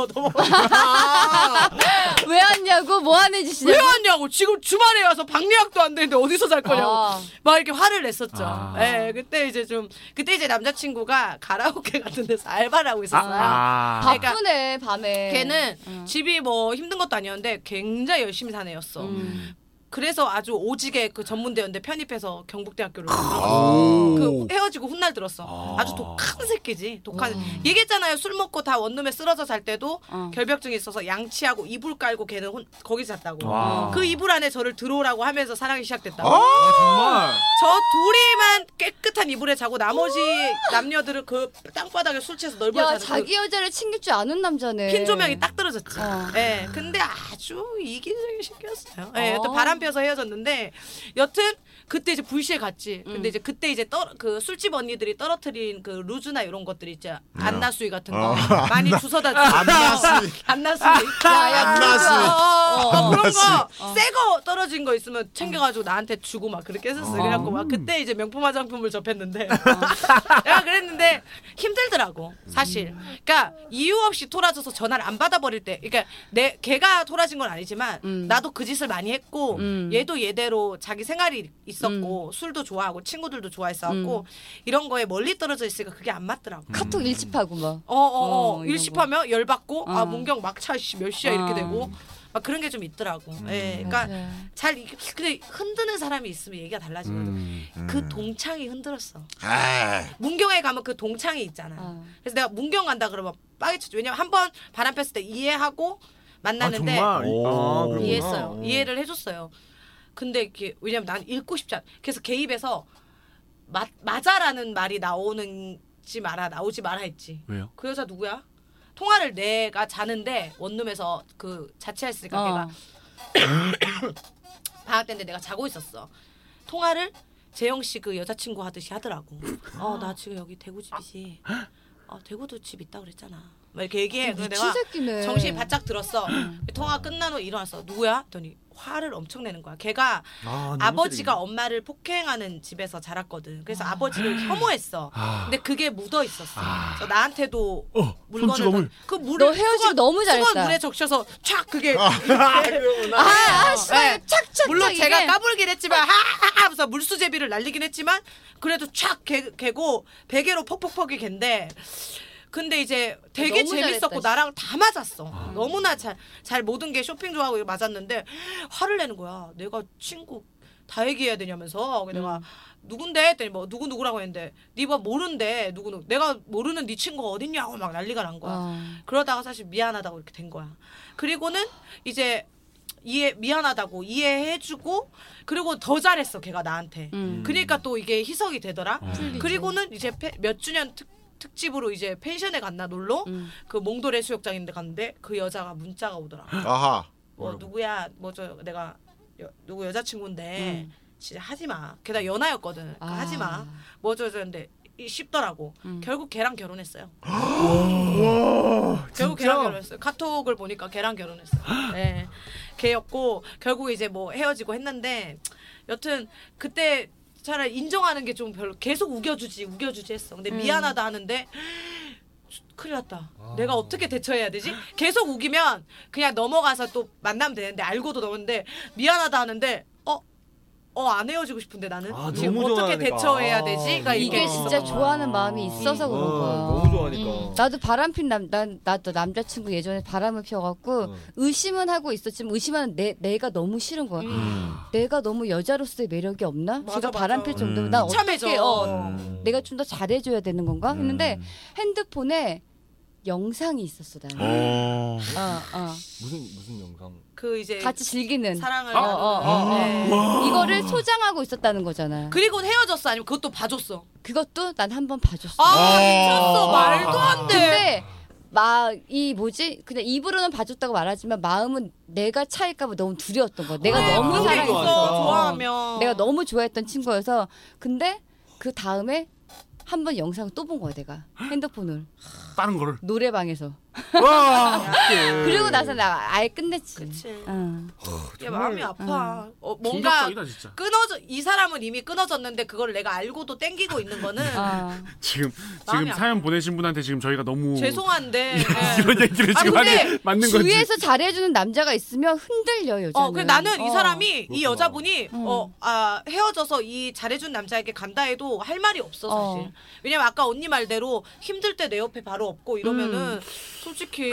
아. 얻어먹었다. 왜 왔냐고 뭐 하는 짓이냐? 왜 왔냐고 지금 주말에 와서 방리학도 안 되는데 어디서 잘 거냐고 아. 막 이렇게 화를 냈었죠. 아. 예, 그때 이제 좀 그때 이제 남자친구가 가라오케 같은 데서 알바를 하고 있었어요. 아. 그러니까 바쁘네 어. 밤에. 걔는 집이 뭐 힘든 것도 아니었는데 굉장히 열심히 산 애였어. 음. 그래서 아주 오지게 그 전문대였는데 편입해서 경북대학교를 아. 그 헤어지고 훗날 들었어. 아주 독한 새끼지. 독한. 얘기했잖아요. 술 먹고 다 원룸에 쓰러져 잘 때도 어. 결벽증이 있어서 양치하고 이불 깔고 걔는 혼, 거기서 잤다고. 와. 아. 그 이불 안에 저를 들어오라고 하면서 사랑이 시작됐다고. 정말. 저 둘이만 깨끗한 이불에 자고 나머지 남녀들은 그 땅바닥에 술 취해서 넓어 야 자는 자기 그 여자를 챙길 줄 아는 남자네. 핀 조명이 음. 딱 떨어졌지. 예. 어. 근데 아주 이기적인 새끼였어요. 예. 어. 여튼 바람 피워서 헤어졌는데 여튼 그때 이제 불시에 갔지. 음. 근데 이제 그때 이제 떨, 그 술집 언니들이 떨어뜨린 그 루즈나 이런 것들 있지. 음. 안나수이 같은 어. 거 많이 주워다 주. 안나수이. 안나수이. 야야 안나수이. 막 그런 안나수이. 거 새 거 떨어진 거 있으면 챙겨가지고 나한테 주고 막 그렇게 했었어. 그래갖고 막 그때 이제 명품 화장품을 접했는데 어. 내가 그랬는데 힘들더라고 음. 사실. 그러니까 이유 없이 토라져서 전화를 안 받아버릴 때, 그러니까 내 걔가 토라진 건 아니지만 나도 그 짓을 많이 했고 음. 얘도 얘대로 자기 생활이 있었고 술도 좋아하고 친구들도 좋아했었고 음. 이런 거에 멀리 떨어져 있으니까 그게 안 맞더라고. 카톡 일집하고 뭐. 어어 어, 음. 어, 이런 일식하면 열받고 어. 아 문경 막차 씨 몇 시야 이렇게 어. 되고 막 그런 게 좀 있더라고. 음. 예, 그러니까 네. 잘 이게- 근데 흔드는 사람이 있으면 얘기가 달라지거든. 음. 그 동창이 흔들었어. 아, 문경에 가면 그 동창이 있잖아. 어. 그래서 내가 문경 간다 그러면 빠개 쳤죠. 왜냐면 한 번 바람 폈을 때 이해하고 아 만나는데 정말 오. 아, 그렇구나. 이해했어요. 어. 이해를 해줬어요. 근데 이게 왜냐면 난 읽고 싶지 않. 그래서 개입해서 마, 맞아라는 말이 나오는지 말아 나오지 말아 했지. 왜요? 그 여자 누구야? 통화를 내가 자는데 원룸에서 그 자취했으니까 어. 내가 방학 때인데 내가 자고 있었어. 통화를 재영 씨 그 여자친구 하듯이 하더라고. 어 나 지금 여기 대구 집이지. 어 대구도 집 있다 그랬잖아. 막 이렇게 얘기해. 네, 그래서 미친 내가 새끼네. 아. 정신이 바짝 들었어. 통화 끝난 후 일어났어. 누구야? 했더니 화를 엄청 내는 거야. 걔가 아, 너무 아버지가 때리네. 엄마를 폭행하는 집에서 자랐거든. 그래서 아버지를 혐오했어. 아. 근데 그게 묻어 있었어. 그래서 나한테도 물건을 손주범을. 다- 그 물을 아. 어, 너 헤어지고 수건- 너무 수건 잘했다. 물에 적셔서 촥 그게 아, 아, 씨발 네. 착착착. 물론 제가 이게. 어. 까불긴 했지만 하하하 하면서 물수제비를 날리긴 했지만 그래도 촥 개, 개고 베개로 퍽퍽퍽이 갠데 근데 이제 되게 너무 재밌었고 잘했다, 아. 나랑 다 맞았어 너무나 잘, 잘 모든 게 쇼핑 좋아하고 이거 맞았는데 화를 내는 거야 내가 친구 다 얘기해야 되냐면서 그래서 음. 내가 누군데 했더니 뭐 누구 누구라고 했는데 네가 모른데 누구 누구 내가 모르는 네 친구가 어딨냐고 막 난리가 난 거야 어. 그러다가 사실 미안하다고 이렇게 된 거야. 그리고는 이제 이해 미안하다고 이해해주고 그리고 더 잘했어 걔가 나한테. 음. 그러니까 또 이게 희석이 되더라. 풀리지. 그리고는 이제 페- 몇 주년 특 특집으로 이제 펜션에 갔나 놀러 음. 그 몽돌해 수욕장인데 갔는데 그 여자가 문자가 오더라. 아하. 뭐 누구야 뭐 저 내가 여, 누구 여자친구인데 진짜 하지 마. 게다가 연하였거든. 그러니까 아. 하지 마. 뭐저 저는데 쉽더라고. 결국 걔랑 결혼했어요. 결국 걔랑 결혼했어요. 카톡을 보니까 걔랑 결혼했어요. 네. 걔였고 결국 이제 뭐 헤어지고 했는데 여튼 그때 차라리 인정하는 게 좀 별로 계속 우겨주지 우겨주지 했어. 근데 미안하다 하는데 큰일 났다. 내가 어떻게 대처해야 되지? 계속 우기면 그냥 넘어가서 또 만나면 되는데 알고도 넘었는데 미안하다 하는데 어? 어 안 헤어지고 싶은데 나는 아, 지금 너무 어떻게 좋아하니까. 대처해야 아, 되지? 그러니까 가 이게 진짜 좋아하는 마음이 있어서 그런 어, 거야. 너무 좋아하니까. 음. 나도 바람핀 남난나또 남자친구 예전에 바람을 피워갖고 어. 의심은 하고 있었지만 의심하는 내 내가 너무 싫은 거야. 음. 내가 너무 여자로서의 매력이 없나? 맞아, 제가 맞아. 바람필 음. 정도면 난 참해져. 어떻게 어, 내가 좀 더 잘해줘야 되는 건가? 했는데 핸드폰에 영상이 있었어 나는. 어. 어, 어. 무슨 무슨 영상? 그 이제 같이 즐기는 사랑을 어, 어, 나누는 어, 어. 네. 이거를 소장하고 있었다는 거잖아. 그, 그리고 헤어졌어 아니면 그것도 봐줬어. 것도 난 한 번 봐줬어. 아, 미쳤어 말도 안 돼. 근데 막 이 뭐지 그냥 입으로는 봐줬다고 말하지만 마음은 내가 차일까봐 너무 두려웠던 거야 내가 너무 그런 게 사랑했어 있어, 그러니까. 좋아하면 내가 너무 좋아했던 친구여서 근데 그 다음에 한 번 영상을 또 본 거야 내가 핸드폰을 다른 거를. 노래방에서 와. 그리고 나서 나 아예 끝냈지 그치. 응. 얘 마음이 아파. 어, 뭔가 충격적이다 진짜. 끊어져 이 사람은 이미 끊어졌는데 그걸 내가 알고도 땡기고 있는 거는 아, 지금 마음이 지금 사연 보내신 분한테 지금 저희가 너무 죄송한데 예. 이런 얘기를 아, 지금 근데 하는 맞는 건지. 주위에서 잘해주는 남자가 있으면 흔들려 여자는 어, 그 나는 이 어. 음. 사람이 이 그렇구나. 여자분이 어, 아, 헤어져서 이 잘해준 남자에게 간다 해도 할 말이 없어 사실. 어. 왜냐면 아까 언니 말대로 힘들 때 내 옆에 바로 없고 이러면은 음. 솔직히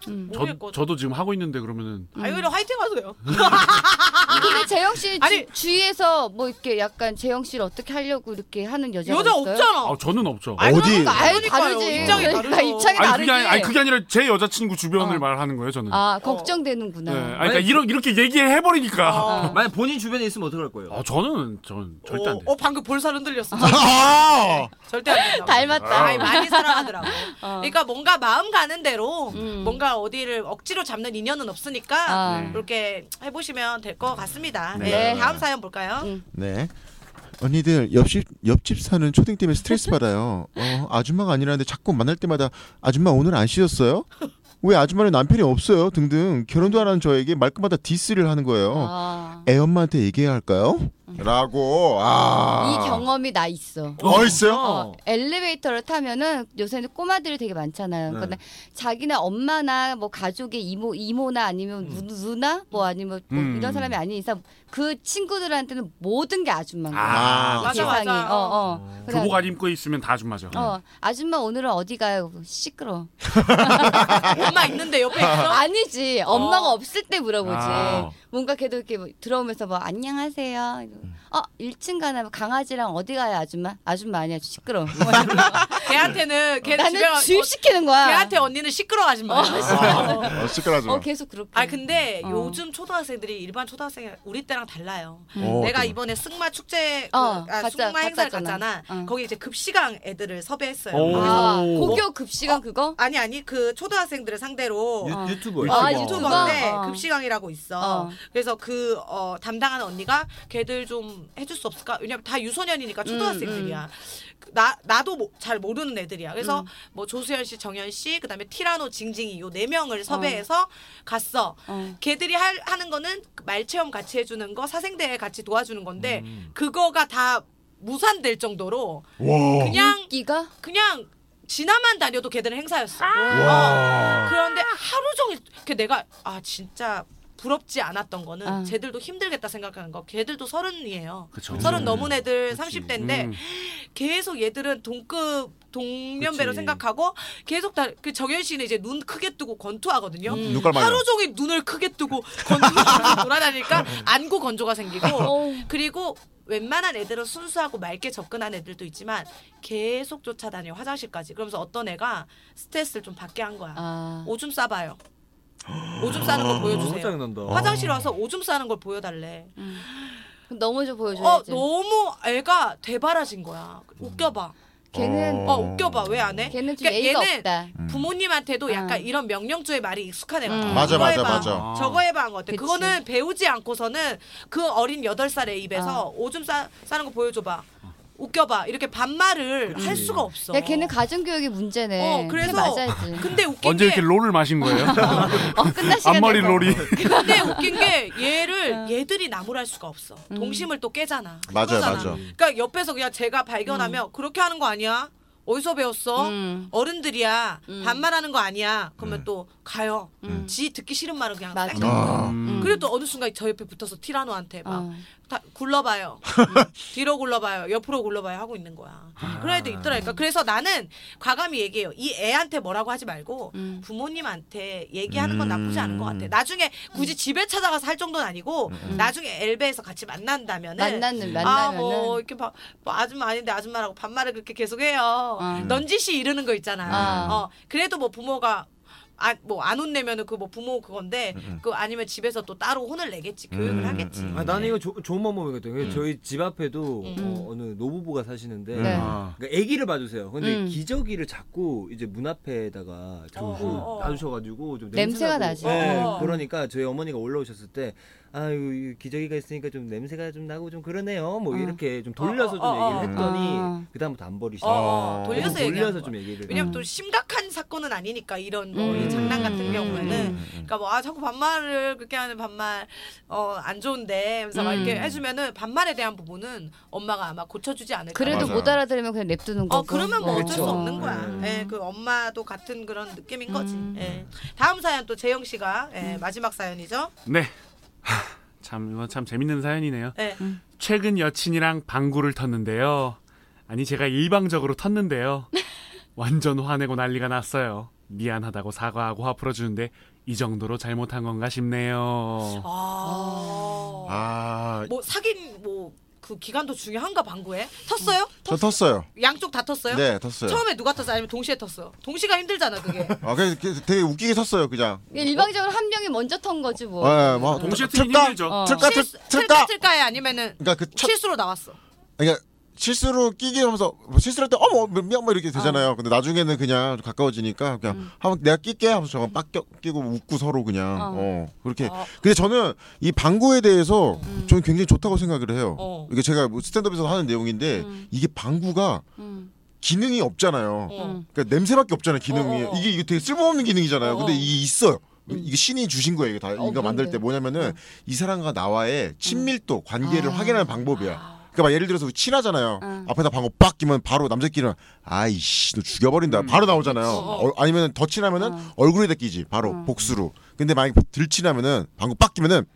저, 모르겠거든. 저도 지금 하고 있는데 그러면은 아니 음. 오히려 화이팅 하세요. 근데 아, 재영 씨 아니- 주, 주위에서 뭐 이렇게 약간 재영 씨를 어떻게 하려고 이렇게 하는 여자가 여자 있어요? 없잖아. 아 저는 없죠. 아니, 어디? 그러니까 아예 그러니까요. 다르지. 입장이 그러니까 다르죠. 입장이 아니 다르지. 그게 아니, 아니 그게 아니라 제 여자친구 주변을 어. 말하는 거예요 저는. 아 네. 걱정되는구나. 아니, 그러니까 이런 이렇게 얘기해 버리니까. 어. 아. 만약 본인 주변에 있으면 어떡할 거예요? 아 저는 전 절대 안 돼. 어, 어, 방금 볼살 흔들렸어. 아! 절대 안 된다고. 닮았다. 아이, 많이 사랑하더라고. 어. 그러니까 뭔가 마음 가는 대로 음. 뭔가 어디를 억지로 잡는 인연은 없으니까 아. 네. 이렇게 해보시면 될 것 같습니다. 네. 네. 다음 사연 볼까요? 음. 네. 언니들 옆집 옆집 사는 초딩 때문에 스트레스 받아요. 어, 아줌마가 아니라는데 자꾸 만날 때마다 아줌마 오늘 안 씻었어요? 왜 아줌마는 남편이 없어요? 등등 결혼도 안 한 저에게 말끝마다 디스를 하는 거예요. 아. 애 엄마한테 얘기해야 할까요? 라고 아. 이 경험이 나 있어. 어 있어요? 어, 엘리베이터를 타면은 요새는 꼬마들이 되게 많잖아요. 네. 근데 자기네 엄마나 뭐 가족의 이모 이모나 아니면 누, 누나 뭐 아니면 뭐 음. 이런 사람이 아닌 이상 그 친구들한테는 모든 게 아줌마인 거야. 아, 맞아, 세상이. 맞아. 어, 어. 그래가- 교복 안 입고 있으면 다 아줌마죠. 어, 아줌마 오늘은 어디 가요? 시끄러. 아, 엄마 있는데 옆에 있어? 아니지. 엄마가 없을 때 물어보지. 아. 뭔가 걔도 이렇게 뭐 들어오면서 뭐 안녕하세요. 이러고, 어, 1층 가나 뭐 강아지랑 어디 가요, 아줌마? 아줌마 아니야. 시끄러. 뭐 이러고. 걔한테는 걔는 나는 집에 와- 어, 주입 시키는 거야. 걔한테 언니는 시끄러워하지 마. 어, 시끄러져. 어, 계속 그렇게. 아 근데 어. 요즘 초등학생들이 일반 초등학생 우리 때랑 달라요. 어, 내가 어떡해. 이번에 승마 축제 그, 어, 아, 갔다- 승마 행사를 갔다잖아. 갔잖아. 어. 거기 이제 급식왕 애들을 섭외했어요. 오. 그래서 아, 고교 어. 급식은 그거? 아니 아니 그 초등학생들을 그 상대로 유, 어. 유튜버예요. 아, 뭐. 유튜버. 유튜버. 유튜버인데 어. 급식왕이라고 있어. 어. 그래서 그 어, 담당하는 언니가 걔들 좀 해줄 수 없을까? 왜냐면 다 유소년이니까 음, 초등학생들이야. 그, 나 나도 모- 잘 모르는 애들이야. 그래서 음. 뭐 조수현 씨, 정현 씨, 그다음에 티라노, 징징이 요 네 명을 섭외해서 갔어. 어. 걔들이 할, 하는 거는 말 체험 같이 해주는 거, 사생대 같이 도와주는 건데 음. 그거가 다 무산될 정도로 와. 그냥 인기가? 그냥 지나만 다녀도 걔들은 행사였어. 아. 와. 그런데 하루 종일 이렇게 내가 아 진짜 부럽지 않았던 거는 아. 쟤들도 힘들겠다 생각하는 거. 걔들도 서른이에요. 그쵸. 서른 음. 넘은 애들 그치. 30대인데 음. 계속 얘들은 동급 동년배로 그치. 생각하고 계속 다 그 정현 씨는 이제 눈 크게 뜨고 권투하거든요. 눈깔 하루 종일 눈을 크게 뜨고 건조하고 돌아다니니까 안구 건조가 생기고 어. 그리고 웬만한 애들은 순수하고 맑게 접근한 애들도 있지만 계속 쫓아다녀 화장실까지 그러면서 어떤 애가 스트레스를 좀 받게 한 거야 아. 오줌 싸봐요 오줌 싸는 거 너무 보여주세요 아. 짜증난다. 화장실 와서 오줌 싸는 걸 보여달래 너무 어좀 아, 보여줘야지. 너무 애가 대바라진 거야 웃겨봐 걔는 어 웃겨봐 왜 안 해? 그러니까 걔는 좀 예의가 없다. 부모님한테도 약간 음. 이런 명령조의 말이 익숙한 애가 음. 음. 맞아, 저거 맞아, 해봐. 맞아. 저거 해봐 한것 같아 그치. 그거는 배우지 않고서는 그 어린 8살의 어. 입에서 오줌 싸, 싸는 거 보여줘봐 웃겨봐 이렇게 반말을 할 수가 없어 야, 그러니까 걔는 가정교육이 문제네. 어, 그래서- 걔 맞아야지. 근데 웃긴 언제 게 이렇게 롤을 마신 거예요? 어, 끝날 시간 앞머리 롤이. 근데 웃긴 게 어. 얘를 얘들이 나무랄 수가 없어 음. 동심을 또 깨잖아 맞아요, 그거잖아. 맞아. 그러니까 옆에서 그냥 제가 발견하면 그렇게 하는 거 아니야 어디서 배웠어 음. 어른들이야 반말하는 거 아니야 그러면 또 가요 음. 지 듣기 싫은 말은 그냥 맞아. 쌩 아. 음. 그리고 또 어느 순간 저 옆에 붙어서 티라노한테 막 어. 다 굴러봐요. 음. 뒤로 굴러봐요. 옆으로 굴러봐요. 하고 있는 거야. 그런 애도 있더라니까. 그래서 나는 과감히 얘기해요. 이 애한테 뭐라고 하지 말고 음. 부모님한테 얘기하는 건 음. 나쁘지 않은 것 같아. 나중에 굳이 집에 찾아가서 할 정도는 아니고 나중에 엘베에서 같이 만난다면은 만나는 아, 만나면은 뭐, 이렇게 바, 뭐 아줌마 아닌데 아줌마라고 반말을 그렇게 계속해요. 음. 어. 넌지시 이러는 거 있잖아. 아. 어, 그래도 뭐 부모가 아, 뭐안 혼내면은 그 뭐 부모 그건데 음, 그 아니면 집에서 또 따로 혼을 내겠지 교육을 음, 하겠지. 음, 아, 나는 이거 조, 좋은 방법이거든. 요 저희 집 앞에도 음. 어, 느 노부부가 사시는데 음. 네. 아. 그러니까 아기를 봐주세요. 근데 음. 기저귀를 자꾸 이제 문 앞에다가 어, 자꾸 어, 어. 놔주셔가지고 좀 냄새가 나지. 네, 어, 어. 그러니까 저희 어머니가 올라오셨을 때 아유 이 기저귀가 있으니까 좀 냄새가 좀 나고 좀 그러네요. 뭐 어. 이렇게 좀 돌려서 어, 어, 어, 좀 얘기를 어. 했더니 어. 그다음부터 안 버리시고 아. 어, 어, 돌려서 좀 돌려서 얘기하는 좀 거야. 얘기를. 왜냐면 음. 또 심각한 사건은 아니니까 이런 뭐 음. 이 장난 같은 음. 경우에는 음. 그러니까 뭐 아 자꾸 반말을 그렇게 하는 반말 어 안 좋은데 그래서 막 음. 이렇게 해주면은 반말에 대한 부분은 엄마가 아마 고쳐주지 않을까. 그래도 맞아요. 못 알아들으면 그냥 냅두는 거고. 어 그러면 뭐 어쩔 수 그렇죠. 없는 거야. 음. 예, 그 엄마도 같은 그런 느낌인 거지. 예. 다음 사연 또 재영 씨가 예, 마지막 사연이죠. 네. 하, 참 이건 참 재밌는 사연이네요. 예. 최근 여친이랑 방구를 텄는데요. 아니 제가 일방적으로 텄는데요. 완전 화내고 난리가 났어요. 미안하다고 사과하고 화 풀어주는데 이 정도로 잘못한 건가 싶네요. 어. 아. 아. 뭐 사귄 뭐 그 기간도 중요한가 방구에 텄어요? 저 음. 텄어요. 양쪽 다 텄어요? 네, 텄어요. 처음에 누가 텄어? 아니면 동시에 텄어? 동시가 힘들잖아 그게. 아, 그냥 이렇게 되게 웃기게 섰어요, 그냥. 그냥 일방적으로 한 명이 먼저 턴 거지 뭐. 네, 예, 막 동시에 틀- 틀긴 틀까? 힘들죠. 어. 틀까 틀- 실수- 틀까? 틀까에 아니면은 그러니까 그 첫, 실수로 나왔어. 그러니까 실수로 끼기 하면서 뭐 실수할 때 어머 미안 뭐 이렇게 되잖아요. 근데 나중에는 그냥 가까워지니까 그냥 한번 내가 낄게 하면서 저거 빡 껴- 끼고 웃고 서로 그냥 어, 그렇게. 어. 근데 저는 이 방구에 대해서 저는 굉장히 좋다고 생각을 해요. 어. 이게 제가 뭐 스탠드업에서 하는 내용인데 이게 방구가 음. 기능이 없잖아요. 어. 그러니까 냄새밖에 없잖아요 기능이 어, 어, 어. 이게 이게 되게 쓸모없는 기능이잖아요 어, 근데 어. 이게 있어요 이게 신이 주신 거예요. 이거 다 이거 만들 때 음. 그런데. 뭐냐면은 이 사람과 나와의 친밀도 관계를 아. 확인하는 방법이야. 그러니까 막 예를 들어서 친하잖아요. 음. 앞에다 방어 빡 끼면 바로 남자끼리는 아이씨 너 죽여버린다. 바로 나오잖아요. 어. 어, 아니면 더 친하면은 얼굴에다 끼지 바로 복수로. 근데 만약에 덜 친하면은 방어 빡 끼면은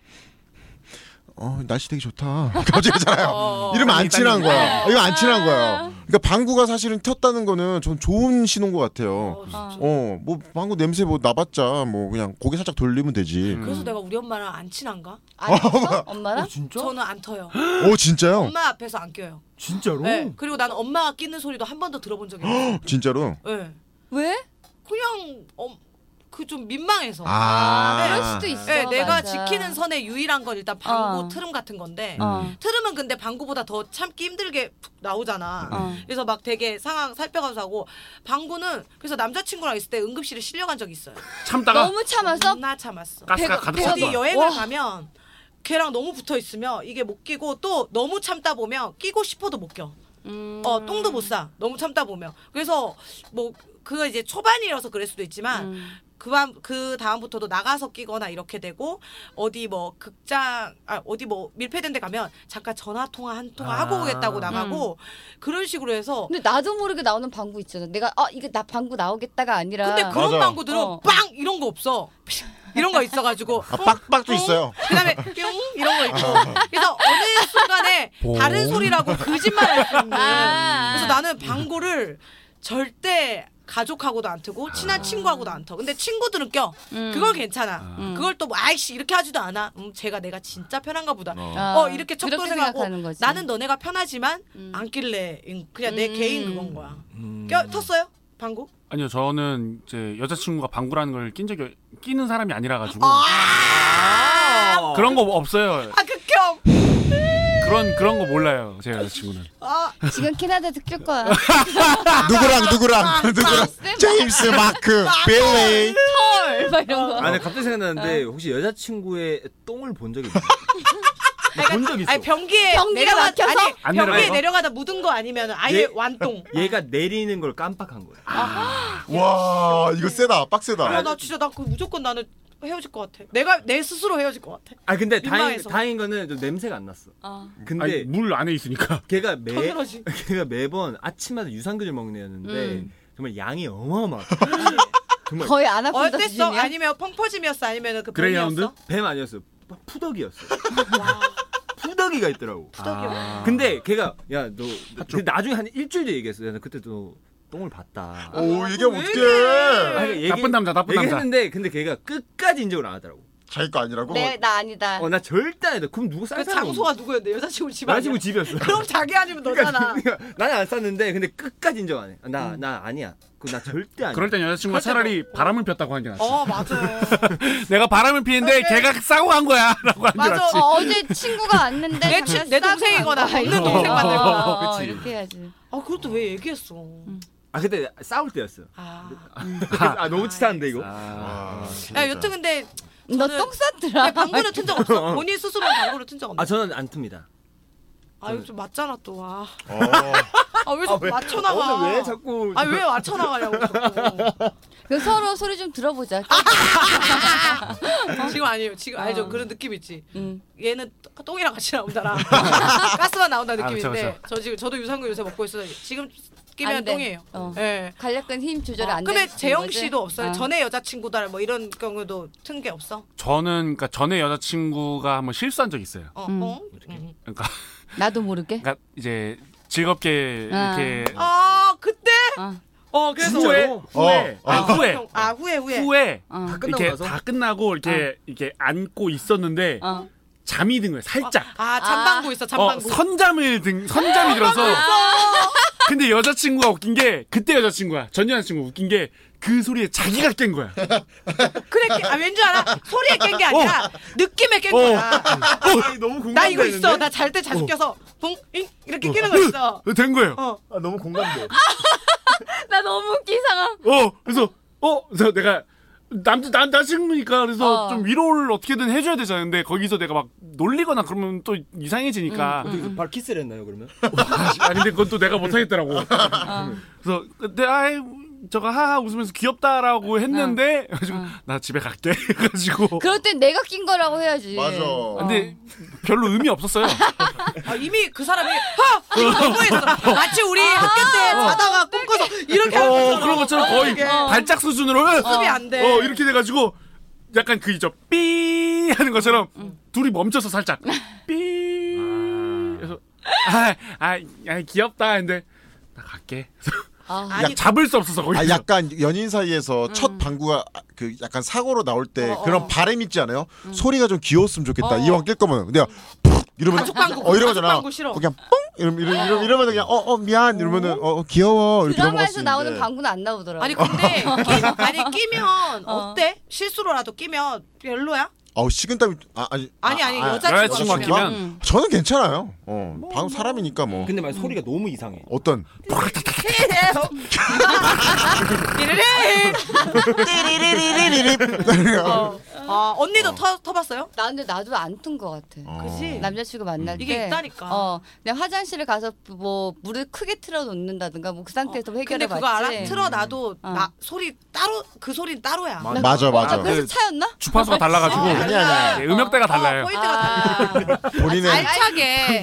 어 날씨 되게 좋다. 거짓잖아요. 이러면 안 친한 거야. 이거 안 친한 거예요. 그러니까 방구가 사실은 튀었다는 거는 전 좋은 신호인 것 같아요. 어, 뭐 방구 냄새 뭐 나봤자 뭐 그냥 고개 살짝 돌리면 되지. 그래서 내가 우리 엄마랑 안 친한가? 안 했어? 엄마랑? 진짜? 저는 안 터요. 오 어, 진짜요? 엄마 앞에서 안 껴요. 진짜로? 네. 그리고 나는 엄마가 끼는 소리도 한 번도 들어본 적이 없어요. 진짜로? 네. 왜? 그냥 어, 그좀 민망해서. 아, 그럴 수도 있어. 어. 네, 내가 맞아. 지키는 선에 유일한 건 일단 방구 어. 트름 같은 건데 어. 트름은 근데 방구보다 더 참기 힘들게 푹 나오잖아. 어. 그래서 막 되게 상황 살펴가면서 하고 방구는 그래서 남자친구랑 있을 때 응급실에 실려간 적이 있어요. 참다가 너무 참아서 나 참았어. 가스가 배가- 가득 배가 찼다. 어디 봐봐. 여행을 와. 가면 걔랑 너무 붙어 있으면 이게 못 끼고 또 너무 참다 보면 끼고 싶어도 못 껴. 음. 어 똥도 못 싸. 너무 참다 보면. 그래서 뭐 그거 이제 초반이라서 그럴 수도 있지만 음. 그밤 그 다음부터도 나가서 끼거나 이렇게 되고 어디 뭐 극장 아 어디 뭐 밀폐된 데 가면 잠깐 전화 통화 한 통화 하고 아. 오겠다고 나가고 음. 그런 식으로 해서 근데 나도 모르게 나오는 방구 있잖아. 내가 아 이게 나 방구 나오겠다가 아니라 근데 그런 맞아. 방구들은 어. 빵 이런 거 없어. 이런 거 있어가지고 아, 빡빡도 있어요. 그다음에 뿅 이런 거 있고. 그래서 어느 순간에 다른 소리라고 거짓말할 수 있는. 아. 그래서 나는 방구를 절대 가족하고도 안 트고 친한 친구하고도 안 터. 근데 친구들은 껴. 음. 그건 괜찮아. 그걸 또 뭐 아이씨 이렇게 하지도 않아. 음, 제가 내가 진짜 편한가 보다. 아, 어 이렇게 그렇게 척도 생각하고 생각하는 거지. 나는 너네가 편하지만 안 낄래. 그냥 내 음. 개인 그건 거야. 음. 껴 텄어요? 방구? 아니요, 저는 이제 여자친구가 방구라는 걸 낀 적이 끼는 사람이 아니라 가지고 아. 그런 거 없어요. 아 극혐. 그런 그런 거 몰라요. 제 여자친구는. 아 지금 캐나다도 낄 거야. 누구랑 누구랑 누구랑 제임스 마크 빌리 헐, 막 이런 거. 아니 네, 갑자기 네. 생각났는데 혹시 여자친구의 똥을 본 적이 있나요? 본적 있어. 아니 변기에 변기가 내려가 막혀서? 아니 안 변기에 내려가요? 내려가다 묻은 거 아니면 아예 예. 완똥. 얘가 내리는 걸 깜빡한 거야. 와 이거 세다 아, 빡세다 나 진짜 나그 무조건 나는 헤어질 것 같아. 내가 내 스스로 헤어질 것 같아. 아 근데 다행 민망해서. 다행인 거는 좀 냄새가 안 났어. 아. 근데 아니, 물 안에 있으니까. 걔가 매 당연하지. 걔가 매번 아침마다 유산균을 먹는 애였는데 음. 정말 양이 어마어마. 정말 거의 안 아픈다 어땠어? 수준이야? 아니면 펑퍼짐이었어? 아니면 그 그레이하운드? 변이었어? 뱀 아니었어. 막 푸덕이였어. 푸덕이가 있더라고. 푸덕이요. 아. 근데 걔가 야 너 나중에 한 일주일 뒤에 얘기했어. 야, 나 그때 너 똥을 봤다. 오 이게 어떻게 그러니까 어. 나쁜 남자, 나쁜 남자. 얘기했는데 근데 걔가 끝까지 인정을 안 하더라고. 자기 거 뭐. 아니라고 내, 네, 나 아니다. 어 나 절대 안 했다. 그럼 누구 쌀 그 사람 장소가 누구였는데 여자친구 집 아니야? 나지고 집이었어. 그럼 자기 아니면 너잖아. 음. 그러니까 나는 안 쌌는데 근데 끝까지 인정 안 해. 나 나 아니야. 그나 절대 아니야. 그럴 땐 여자친구가 그럴 때도- 차라리 바람을 폈다고 하는 게 낫지. 어 맞아. 내가 바람을 피는데 걔가 싸고 간 거야라고 하는 게 맞아. 낫지. 어, 어제 친구가 왔는데 내 친- 내 동생이거나 없는 동생 만들 거 거야. 어, 어, 그치. 이렇게 해야지. 아 그것도 왜 얘기했어? 아 근데 싸울 때였어. 아. 아 너무 치사한데 이거. 아, 진짜. 야 여튼 근데 너 저는- 똥 내 쌌더라. 방구를 튼 적 없어. 본인 스스로 방구를 튼 적 없어. 아 저는 안 틉니다. 아 이거 좀 맞잖아 또. 아. 어, 아왜 자꾸 맞춰 나가? 오늘 어, 왜 자꾸 아왜 맞춰 나가냐고 자꾸. 그 서로 소리 좀 들어보자. 아! 지금 아니에요. 지금 아니죠. 그런 느낌 있지. 음. 얘는 똥- 똥이랑 같이 나온다라. 가스만 나온다 느낌인데. 아, 그쵸, 저 지금 저도 유산균 요새 먹고 있어요. 지금 끼면 안 돼. 똥이에요. 어. 예. 간략한 힘 조절 어, 안 돼. 근데 재영 씨도 없어요. 전에 여자친구다 뭐 이런 경우도 튼 게 없어. 저는 그러니까 전에 여자친구가 한번 실수한 적 있어요. 어. 음. 어? 음. 그러니까, 나도 모르게. 그러니까 이제 즐겁게 아. 이렇게 아 그때? 어. 어 그래서 후회? 왜? 후회. 어, 어. 아, 후회. 아 후회 후회. 후에 어. 아, 다 끝나고 이렇게 나서 다 끝나고 이렇게 이렇게 안고 있었는데 어. 잠이 든 거예요. 살짝. 아 잠방구 있어 어, 잠방구. 선잠을 등 선잠이 들어서 근데 여자친구가 웃긴 게 그때 여자친구야 전 여자친구 웃긴 게 그 소리에 자기가 깬 거야 그래 깨- 아 왠지 알아? 소리에 깬 게 아니라 느낌에 깬 어. 거야. 아니, 너무 공감되는데. 나 이거 있어. 나 잘 때 자주 껴서 붕 잉, 이렇게 끼는 거 있어. 된 거예요 어. 아, 너무 공감돼. 나 너무 웃긴 상황. 어 그래서 어 그래서 내가 남자 남 남자친구니까 그래서 어. 좀 위로를 어떻게든 해줘야 되잖아요 거기서 내가 막 놀리거나 그러면 또 이상해지니까 발 어. 키스를 했나요, 그러면? 아 근데 그건 또 내가 못하겠더라고 그래서 그때 아이 저가 하하 웃으면서 귀엽다라고 했는데 그래가지고 나 집에 갈게 그래가지고 그럴 땐 내가 낀 거라고 해야지. 맞아. 근데 어. 별로 의미 없었어요. 아, 이미 그 사람이 하! 이거 너무했어. 마치 우리 학교 때 자다가 꿈꿔서 이렇게 하는 어, 것처럼 그런 것처럼 거의 이게. 발작 수준으로 어, 습이 안 돼. 어, 이렇게 돼가지고 약간 그 있죠 삐 하는 것처럼 둘이 멈춰서 살짝 삐 그래서 아, 아, 아 귀엽다 했는데 나 갈게 아, 아니, 약 잡을 수 없어서 거기 아 약간 연인 사이에서 첫 방구가 아, 그 약간 사고로 나올 때 그런 바램 있지 않아요? 소리가 좀 귀여웠으면 좋겠다. 이왕 낄 거면 근데 푹 이러면 가죽 방구, 어 이러잖아. 가죽 방구 싫어. 그냥 뽕 이러면 이러, 이러, 이러면 그냥 어 어 미안 이러면은 어, 어 귀여워 이렇게 넘어갈 수 드라마에서 있는데. 나오는 방구는 안 나오더라고. 아니 근데 끼, 아니 끼면 어때? 실수로라도 끼면 별로야? 아우 식은땀이 아 아니 아니, 아니, 여자친구가 여자친구가 끼면 음. 저는 괜찮아요. 어. 방 사람이니까 뭐. 근데 만 소리가 너무 이상해. 어떤 이래. 어. 어. 아 언니도 터 터봤어요? 나 근데 나도 안 튼 거 같아. 어. 그지. 남자친구 만날 때그 이게 있다니까. 어, 내가 화장실을 가서 뭐 물을 크게 틀어 놓는다든가 뭐 그 상태에서 어. 근데 해결해 봤지. 그거 알아? 틀어놔도 어. 나 소리 따로 그 소린 따로야. 맞아. 맞아 맞아. 아, 그래서 차였나? 주파수가 달라가지고 아니 아니. 네, 음역대가 달라요. 어, 포인트가 달라. 본인의 알차게 아,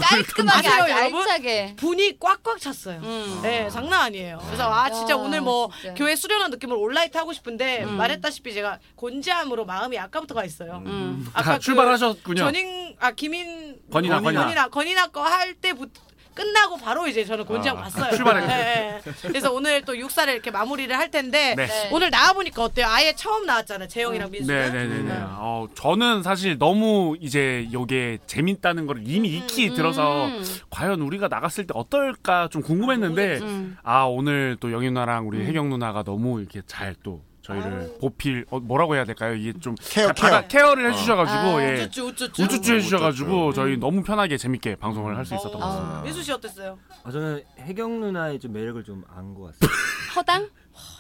음. 깔끔하게 아세요, 아주 여러분? 알차게. 분이 꽉꽉 찼어요. 음. 네, 장난 아니에요. 그래서 아 진짜 야, 오늘 뭐 진짜. 교회 수련한 느낌으로 온라이트 하고 싶은데 말했다시피 제가 곤지암으로 마음이 아까부터 가 있어요. 음. 아, 출발하셨군요. 전인 아 김인 권인아, 권인아. 권인아 권인아 거할 때부터 끝나고 바로 이제 저는 곤지암 아, 갔어요. 출발했군요. 네, 네. 그래서 오늘 또 육사를 이렇게 마무리를 할 텐데 네. 네. 오늘 나와 보니까 어때요? 아예 처음 나왔잖아요. 음. 재영이랑 민수는. 네네네네. 어, 저는 사실 너무 이제 요게 재밌다는 걸 이미 익히 들어서 과연 우리가 나갔을 때 어떨까 좀 궁금했는데 아 오늘 또 영희 누나랑 우리 혜경 누나가 너무 이렇게 잘 또 저희를 보필 어, 뭐라고 해야 될까요? 이게 좀 케어, 잘 받아- 케어. 케어를 해주셔가지고 아. 예. 우쭈쭈 우쭈쭈. 우쭈쭈 해주셔가지고 저희 너무 편하게 재밌게 방송을 할 수 있었던 것 같습니다. 어, 민수 씨 어땠어요? 아, 저는 혜경 누나의 좀 매력을 좀 안 것 같아요. 허당?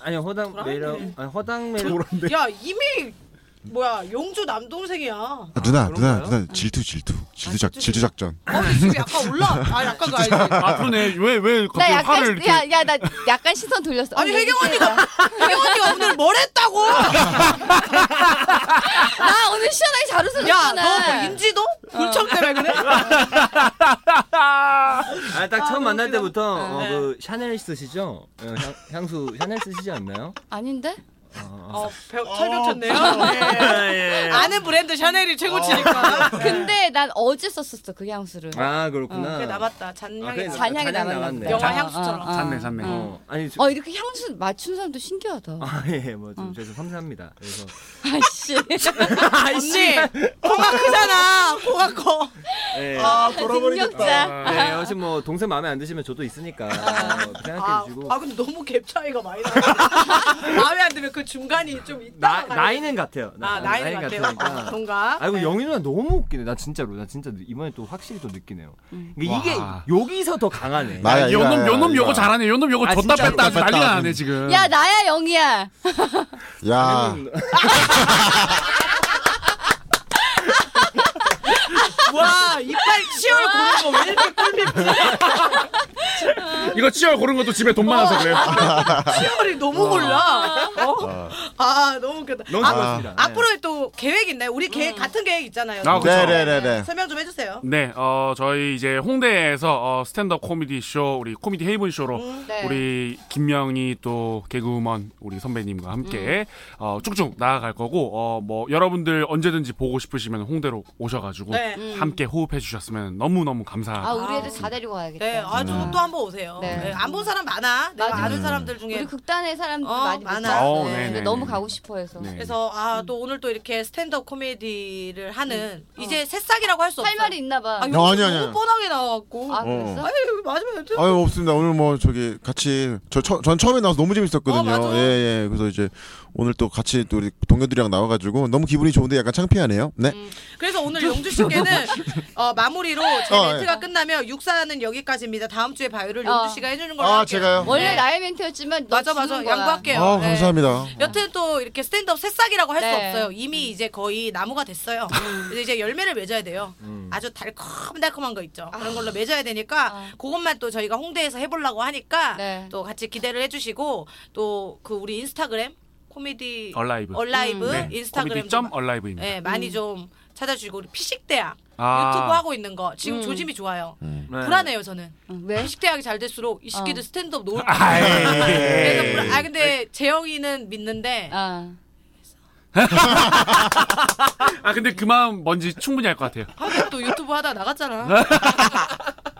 아니요 허당 매력, 아니 허당 매력. 네. 야 이미 뭐야 용주 남동생이야. 아, 누나 누나 그런가요? 누나 질투 질투 질투 작 질투 작전. 어, 지금 약간 올라. 아, 약간 가 알지. 아 그러네 왜 왜 나 갑자기 화를 약간 이렇게 야 야 나 약간 시선 돌렸어. 아니 어, 혜경 얘기해. 언니가 혜경 언니가 그 오늘 뭘 했다고? 나 오늘 시원하게 잘 웃었잖아. 야너 뭐 인지도? 불청 때문에 그래? 아딱 처음 만날 때부터 어, 네. 그 샤넬 쓰시죠? 어, 향, 향수 샤넬 쓰시지 않나요? 아닌데? 어, 배, 철벽쳤네요. 어, 네. 아는 브랜드 샤넬이 최고치니까. 근데 난 어제 썼었어 그 향수를. 아 그게 그렇구나. 남았다. 잔향이 아, 남 그래. 잔향이 잔향 남았네. 남았네. 영화 아, 향수처럼. 아, 아. 잤네 잤네. 어, 아니 저, 어 이렇게 향수 맞춘 사람도 신기하다. 아, 예, 뭐, 좀, 죄송, 감사합니다. 그래서. 아씨. 언니 코가 크잖아. 코가 커. 예. 능력자. 네, 혹시 뭐, 동생 마음에 안 드시면 저도 있으니까. 어, 아, 생각해주시고. 아 근데 너무 갭 차이가 많이 나. 마음에 안 들면 그 중간이 좀 나, 있다가 가는- 나이는 같아요. 나- 아 나이는 나이는 같아요. 같으니까. 뭔가. 네. 아이고 영희 누나 너무 웃기네. 나 진짜로 나 진짜 이번에 또 확실히 또 느끼네요. 그러니까 이게 와. 여기서 더 강하네. 마- 야, 아, 요놈 이거야, 요놈 요거 이거야. 잘하네. 요놈 요거 아, 줬다 진짜로. 뺐다 아주 줬다 난리가 뺐다. 나네 지금. 야 나야 영이야. 야 와 이빨 치열 고른 거왜 이렇게 이거 치열 고른 것도 집에 돈 많아서 그래요. 치열이 너무 골라. 어? 아 너무 웃겼다. 너무 아, 좋았습니다. 네. 앞으로 또 계획 있나요? 우리 계획 음. 같은 계획 있잖아요. 아, 그쵸. 네네네네. 설명 좀 해주세요. 네, 어 저희 이제 홍대에서 어, 스탠드업 코미디 쇼 우리 코미디 헤이븐 쇼로 네. 우리 김명희 또 개그우먼 우리 선배님과 함께 어, 쭉쭉 나아갈 거고 어 뭐 여러분들 언제든지 보고 싶으시면 홍대로 오셔가지고 네. 함께 호흡해 주셨으면 너무 너무 감사합니다. 아 우리 애들 다 데리고 가야겠다. 네, 아주 음. 또 한 번 오세요. 네. 그 안 본 사람 많아. 내가 맞아. 아는 사람들 중에. 우리 극단의 사람들 어, 많이 많아. 많아. 어, 네. 네네. 근데 너무 가고 싶어해서. 네. 그래서 아 또 오늘 또 이렇게 스탠드업 코미디를 하는 이제 새싹이라고 할 수 없어. 음. 어. 할 말이 있나 봐. 아, 아, 요즘 아니, 아니, 너무 아니. 뻔하게 나왔고. 아, 그랬어? 아니 마지막에 또- 아유 없습니다. 오늘 뭐 저기 같이 저 전 처음에 나와서 너무 어, 재밌었거든요. 맞아. 예예. 그래서 이제 오늘 또 같이 또 우리 동료들이랑 나와가지고 너무 기분이 좋은데 약간 창피하네요. 네. 음. 그래서 오늘 용주 씨께는 어, 마무리로 제 어, 멘트가 끝나면 육사는 여기까지입니다. 다음 주에 봐요를 어. 용주 씨가 해주는 걸로 아 할게요. 제가요. 원래 네. 나의 멘트였지만 너 맞아 맞아 주는 거야. 양보할게요. 아 네. 감사합니다. 여튼 또 이렇게 스탠드업 새싹이라고 할 수 네. 음. 없어요. 이미 이제 거의 나무가 됐어요. 그래서 이제 열매를 맺어야 돼요. 음. 아주 달콤달콤한 거 있죠. 그런 걸로 맺어야 되니까 아. 그것만 또 저희가 홍대에서 해보려고 하니까 네. 또 같이 기대를 해주시고 또 그 우리 인스타그램 코미디 얼라이브. 얼라이브 음. 네. 인스타그램 코미디 점 얼라이브입니다. 네, 많이 좀 찾아주시고 우리 피식대학 아. 음. 유튜브 하고 있는 거 음. 지금 조짐이 좋아요. 불안해요 저는. 응, 왜? 피식대학이 잘 될수록 이 새끼들 스탠드업 놓을 거 예, 아이, 그래서 불안- 아 근데 재영이는 믿는데 아. 아 근데 그 마음 뭔지 충분히 알 것 같아요. 하긴 또 유튜브 하다 나갔잖아.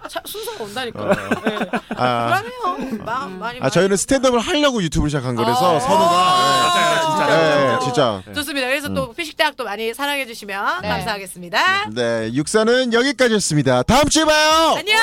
차- 순서가 온다니까. 네. 어, 아, 불안해요. 마, 많이 어, 아 저희는 스탠드업을 하려고 유튜브를 시작한 아, 거라서 네. 선우가 맞아요, 예, 진짜. 예, 진짜. 음. 좋습니다. 그래서 또 피식대학도 많이 사랑해 주시면 네. 감사하겠습니다. 네, 육사는 여기까지였습니다. 다음 주에 봐요. 안녕.